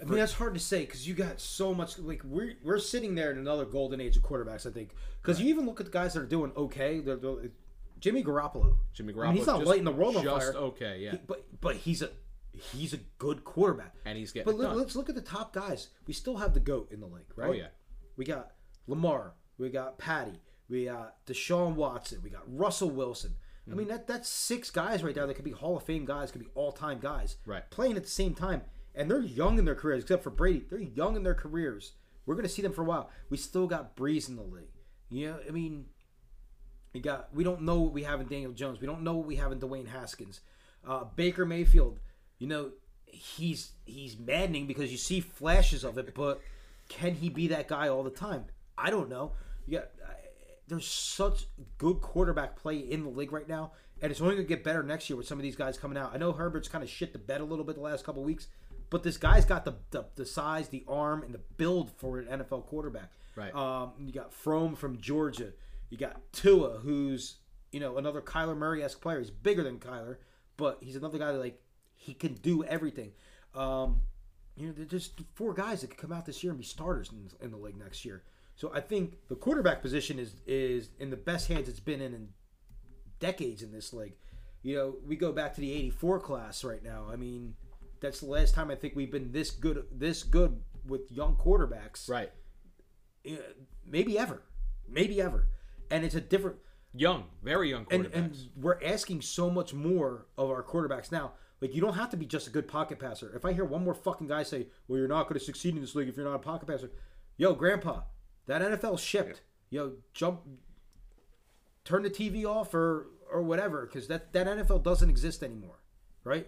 I mean, that's hard to say because you got so much. Like we're we're sitting there in another golden age of quarterbacks. I think because you even look at the guys that are doing okay. They're, they're- Jimmy Garoppolo.
Jimmy Garoppolo.
I mean, he's not
just-
lighting the world on
just
fire.
okay, yeah.
He- but but he's a he's a good quarterback.
And he's getting
But
it
let,
done.
let's look at the top guys. We still have the goat in the league, right?
Oh, yeah.
We got Lamar. We got Patty. We got Deshaun Watson. We got Russell Wilson. I
Mm-hmm.
mean, that that's six guys right there that could be Hall of Fame guys, could be all time guys,
Right.
Playing at the same time, and they're young in their careers, except for Brady. They're young in their careers. We're gonna see them for a while. We still got Breeze in the league. You know, I mean, we got we don't know what we have in Daniel Jones. We don't know what we have in Dwayne Haskins. Uh, Baker Mayfield, you know, he's he's maddening because you see flashes of it, but can he be that guy all the time? I don't know. Yeah, there's such good quarterback play in the league right now, and it's only going to get better next year with some of these guys coming out. I know Herbert's kind of shit the bed a little bit the last couple weeks, but this guy's got the, the the size, the arm, and the build for an NFL quarterback.
Right.
Um, you got Frome from Georgia. You got Tua, who's you know another Kyler Murray esque player. He's bigger than Kyler, but he's another guy that like he can do everything. Um, you know, there's just four guys that could come out this year and be starters in, in the league next year. So I think the quarterback position is is in the best hands it's been in in decades in this league. You know, we go back to the '84 class right now. I mean, that's the last time I think we've been this good this good with young quarterbacks.
Right.
Uh, Maybe ever, maybe ever, and it's a different.
Young, very young quarterbacks.
And, and we're asking so much more of our quarterbacks now. Like you don't have to be just a good pocket passer. If I hear one more fucking guy say, "Well, you're not going to succeed in this league if you're not a pocket passer," yo, Grandpa, that NFL shipped. Yo, jump, turn the TV off or or whatever, because that that NFL doesn't exist anymore, right?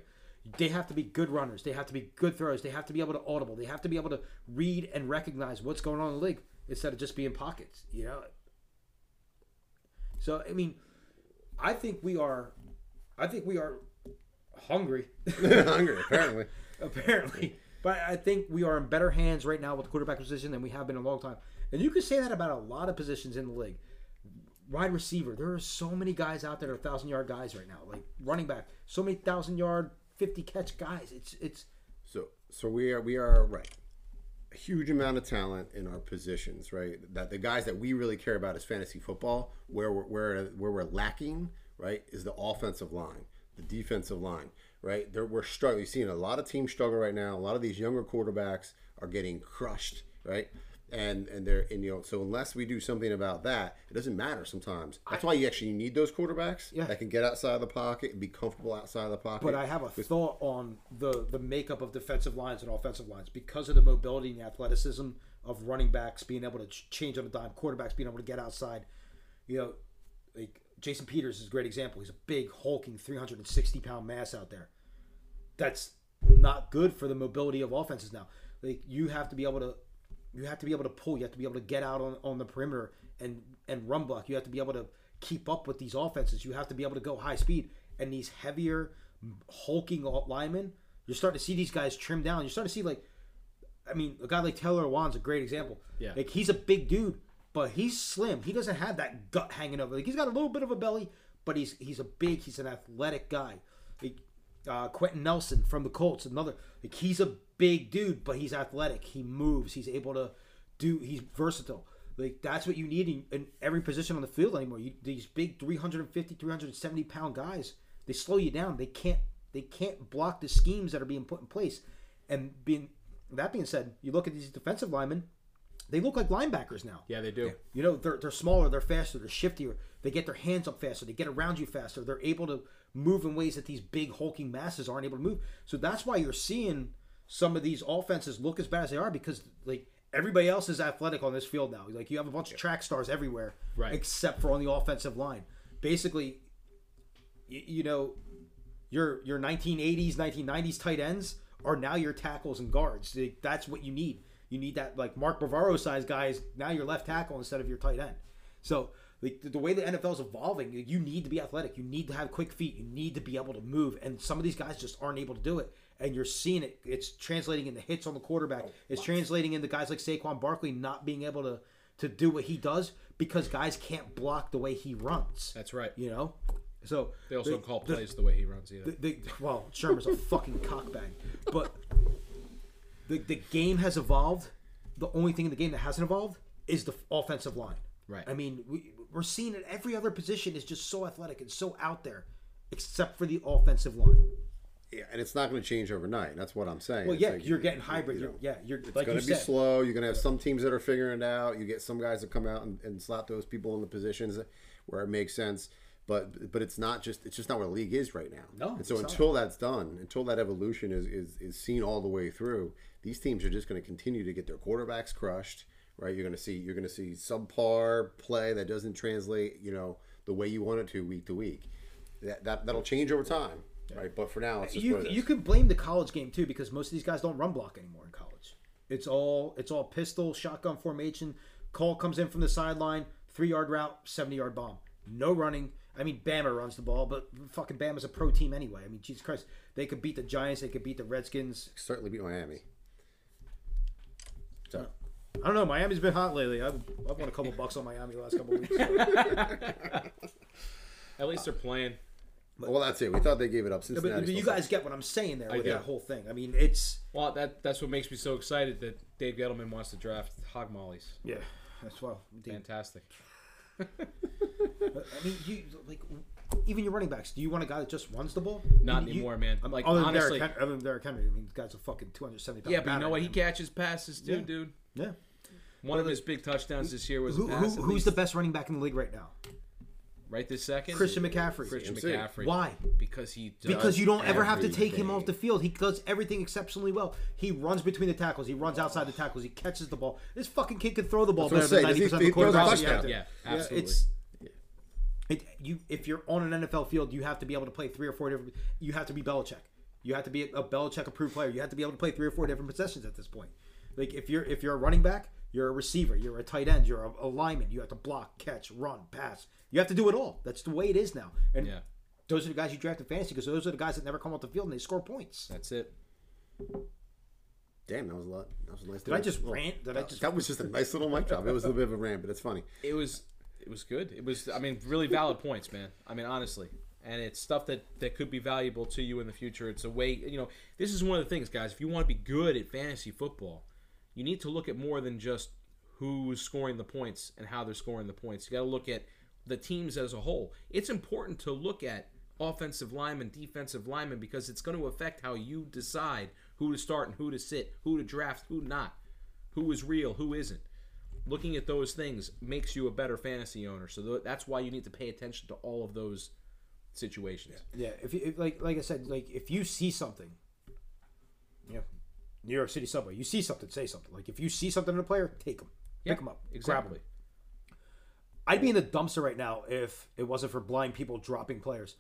They have to be good runners. They have to be good throws. They have to be able to audible. They have to be able to read and recognize what's going on in the league instead of just being pockets. You know. So I mean, I think we are, I think we are hungry,
Hungry, apparently.
apparently. But I think we are in better hands right now with the quarterback position than we have been in a long time. And you can say that about a lot of positions in the league. Wide receiver, there are so many guys out there that are thousand yard guys right now. Like running back, so many thousand yard, fifty catch guys. It's it's
So so we are we are right. A huge amount of talent in our positions, right? That the guys that we really care about is fantasy football. Where we're where, where we're lacking, right, is the offensive line, the defensive line, right? There we're struggling. You're seeing a lot of teams struggle right now. A lot of these younger quarterbacks are getting crushed, right? And and they're and you know so unless we do something about that, it doesn't matter sometimes. That's why you actually need those quarterbacks
Yeah.
that can get outside of the pocket and be comfortable outside of the pocket.
But I have a thought on the the makeup of defensive lines and offensive lines because of the mobility and the athleticism of running backs being able to ch- change on a dime, quarterbacks being able to get outside. You know, like Jason Peters is a great example. He's a big hulking 360 pound mass out there. That's not good for the mobility of offenses now. Like you have to be able to you have to be able to pull. You have to be able to get out on, on the perimeter and and run block. You have to be able to keep up with these offenses. You have to be able to go high speed. And these heavier, hulking alt linemen, you're starting to see these guys trimmed down. You're starting to see like, I mean, a guy like Taylor Wan's a great example.
Yeah.
like he's a big dude, but he's slim. He doesn't have that gut hanging over. Like he's got a little bit of a belly, but he's he's a big. He's an athletic guy. Like, uh, Quentin Nelson from the Colts, another like he's a big dude, but he's athletic. He moves. He's able to do. He's versatile. Like that's what you need in, in every position on the field anymore. You, these big 350, 370 pound guys, they slow you down. They can't. They can't block the schemes that are being put in place. And being that being said, you look at these defensive linemen. They look like linebackers now.
yeah, they do.
You know, they're, they're smaller, they're faster, they're shiftier, they get their hands up faster, they get around you faster, they're able to move in ways that these big hulking masses aren't able to move. So that's why you're seeing some of these offenses look as bad as they are because like everybody else is athletic on this field now. Like you have a bunch of track stars everywhere,
Right.
Except for on the offensive line. Basically, y- you know, your your 1980s 1990s tight ends are now your tackles and guards Like, that's what you need you need that like mark bavaro size guys now your left tackle instead of your tight end so like the, the way the nfl is evolving you- you need to be athletic you need to have quick feet you need to be able to move and some of these guys just aren't able to do it and you're seeing it it's translating into hits on the quarterback
Oh,
it's translating into guys like Saquon Barkley not being able to to do what he does because guys can't block the way he runs
That's right.
you know so
They also don't call plays the way he runs either.
the, the, well, Sherman's a fucking cockbag. But the, the game has evolved. The only thing in the game that hasn't evolved is the offensive line.
Right.
I mean, we, we're seeing it. Every other position is just so athletic and so out there, except for the offensive line.
Yeah, and it's not going to change overnight. That's what I'm saying.
Well,
It's
yeah,
like-
you're getting hybrid. You're, yeah, you're like
going
you
to be
said.
slow. You're going to have some teams that are figuring it out. You get some guys that come out and, and slap those people in the positions where it makes sense. But but it's not just it's just not where the league is right now.
No,
And so
it's not.
until that's done, until that evolution is, is is seen all the way through, these teams are just going to continue to get their quarterbacks crushed. Right. You're going to see you're going to see subpar play that doesn't translate. You know the way you want it to week to week. That, that that'll change over time. right? But for now, it's just
you
what it
you
is.
could blame the college game too because most of these guys don't run block anymore in college. It's all it's all pistol shotgun formation. Call comes in from the sideline, three yard route, seventy yard bomb. No running. I mean, Bama runs the ball, but fucking Bama's a pro team anyway. I mean, Jesus Christ, they could beat the Giants, they could beat the Redskins.
certainly beat Miami. So
I don't know. Miami's been hot lately. I've, I've won a couple bucks on Miami the last couple weeks.
At least they're playing.
well, that's it. We thought they gave it up.
But,
Cincinnati.
but you
still
guys get what I'm saying there with
do.
that whole thing. I mean, it's
Well, that that's what makes me so excited that Dave Gettleman wants to draft Hog Mollies.
yeah. That's well, dude.
Fantastic.
I mean, you like even your running backs. Do you want a guy that just runs the ball?
Not
I mean, you-
anymore, man.
I'm-
Like
other than
honestly,
Derrick, Hen- other than Derrick Henry, I mean, the guy's a fucking 270 pound.
yeah, but you know what? He
can
catches passes too,
Yeah.
dude.
Yeah.
One of his big touchdowns this year was
Who,
a pass.
who,
at
who's
least.
the best running back in the league right now?
right this second?
Christian McCaffrey.
Christian
CMC.
McCaffrey.
Why?
Because he does
Because you don't ever have to take him
everything.
off the field. He does everything exceptionally well. He runs between the tackles. He runs outside the tackles. He catches the ball. This fucking kid can throw the ball better
That's
than
what I'm
ninety
saying.
percent of
He- he throws a
quarterbacks.
touchdown.
out there.
Yeah, absolutely.
It's it, you if you're on an NFL field, you have to be able to play three or four different. You have to be Belichick. You have to be a Belichick approved player. You have to be able to play three or four different possessions at this point. Like if you're if you're a running back, you're a receiver, you're a tight end, you're a, a lineman. You have to block, catch, run, pass. You have to do it all. That's the way it is now. And
Yeah.
those are the guys you draft in fantasy because those are the guys that never come off the field and they score points.
That's it.
Damn, that was a lot. That was a nice.
Did I just rant? Did I just?
That was just a nice little mic drop. It was a bit of a rant, but it's funny.
It was it was good. It was I mean really valid points, man. I mean honestly. And it's stuff that that could be valuable to you in the future. It's a way, you know, this is one of the things, guys. If you want to be good at fantasy football, you need to look at more than just who's scoring the points and how they're scoring the points. You got to look at the teams as a whole. It's important to look at offensive linemen, defensive linemen, because it's going to affect how you decide who to start and who to sit, who to draft, who not, who is real, who isn't looking at those things makes you a better fantasy owner. So th- that's why you need to pay attention to all of those situations.
Yeah, if, you, if like like I said, like if you see something, you know, New York City subway, you see something, say something. Like if you see something in a player, take them,
Yeah,
pick them up, grab
Exactly.
them. I'd be in the dumpster right now if it wasn't for blind people dropping players.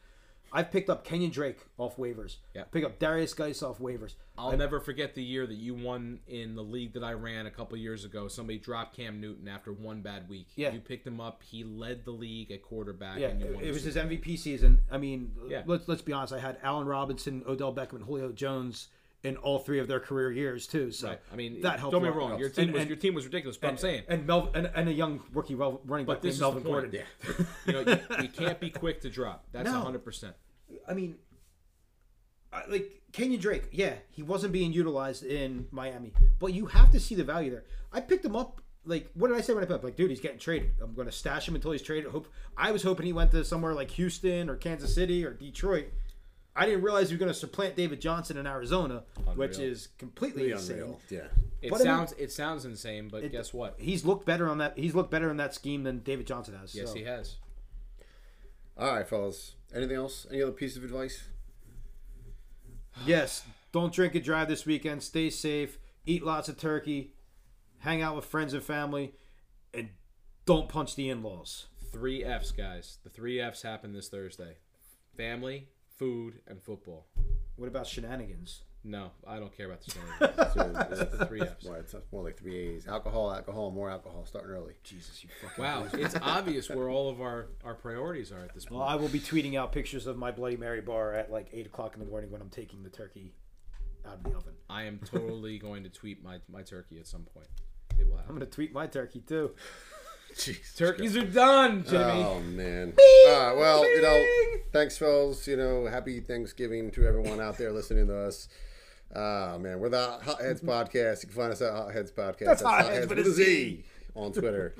I've picked up Kenyon Drake off waivers.
Yeah.
Pick up Darius Geis off waivers.
I'll never forget the year that you won in the league that I ran a couple years ago. Somebody dropped Cam Newton after one bad week.
Yeah.
You picked him up. He led the league at quarterback.
Yeah,
and you
it,
won
it
the
was
Super
his MVP season. I mean,
Yeah.
let's let's be honest. I had Allen Robinson, Odell Beckham, and Julio Jones in all three of their career years too. So
Bowl. I mean,
that helped. a
Don't get me
lot.
wrong. Your
And-
team was
and-
your team was ridiculous. But I'm saying
and Mel and, and a young rookie rel- running back
this
named Melvin
is the point.
Gordon.
you know you, you can't be quick to drop. That's
No.
100. percent
I mean, I, like Kenyon Drake, yeah, he wasn't being utilized in Miami, but you have to see the value there. I picked him up. Like, what did I say when I picked him up? Like, dude, he's getting traded. I'm going to stash him until he's traded. Hope I was hoping he went to somewhere like Houston or Kansas City or Detroit. I didn't realize he was going to supplant David Johnson in Arizona, which is completely insane.
Unreal. Yeah.
It
But I mean-
sounds it sounds insane, but guess what?
He's looked better on that. He's looked better in that scheme than David Johnson has.
Yes,
so.
he has.
All right, fellas. Anything else? Any other piece of advice?
Yes, don't drink and drive this weekend. Stay safe. Eat lots of turkey. Hang out with friends and family, and don't punch the in-laws.
Three F's, guys. The three F's happen this Thursday: family, food, and football.
What about shenanigans?
No, I don't care about the standard.
So, that's
Three F's.
why it's more like three A's. Alcohol, alcohol, more alcohol. Starting early.
Jesus, you fucking.
Wow, it's obvious where all of our our priorities are at this
Well,
point.
I will be tweeting out pictures of my Bloody Mary bar at like eight o'clock in the morning when I'm taking the turkey out of the oven.
I am totally going to tweet my my turkey at some point. It will
I'm
happen.
gonna tweet my turkey too.
Jeez.
Turkeys are done, Jimmy.
Oh man. All right. Well, you know, thanks, fellas. You know, happy Thanksgiving to everyone out there listening to us. Oh man, we're the Hot Heads Podcast. You can find us at Hot Heads Podcast. That's,
Hot Heads with a Z.
on Twitter.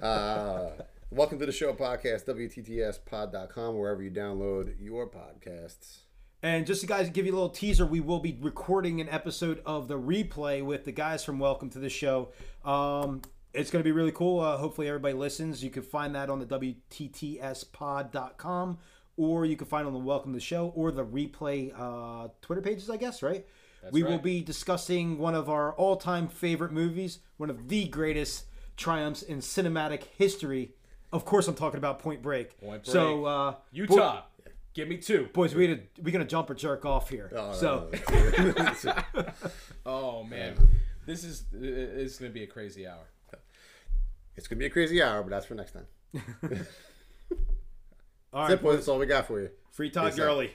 uh, welcome to the show podcast, WTTSpod.com, wherever you download your podcasts.
And just to guys give you a little teaser, we will be recording an episode of the replay with the guys from Welcome to the Show. Um, it's going to be really cool. Uh, hopefully, everybody listens. You can find that on the WTTSpod.com or you can find it on the Welcome to the Show or the replay uh, Twitter pages, I guess, right? we will
right.
be discussing one of our all time favorite movies, one of the greatest triumphs in cinematic history. Of course, I'm talking about Point Break.
Point
So,
Break.
uh,
Utah. Give me two.
Boys, we had a, we gonna jump or jerk off here.
no,
so
Oh man, this is i- i- it's gonna be a crazy hour.
it's gonna be a crazy hour, but that's for next time.
all
That's it,
right,
boys. That's all we got for you.
free Todd
Peace out.
Gurley.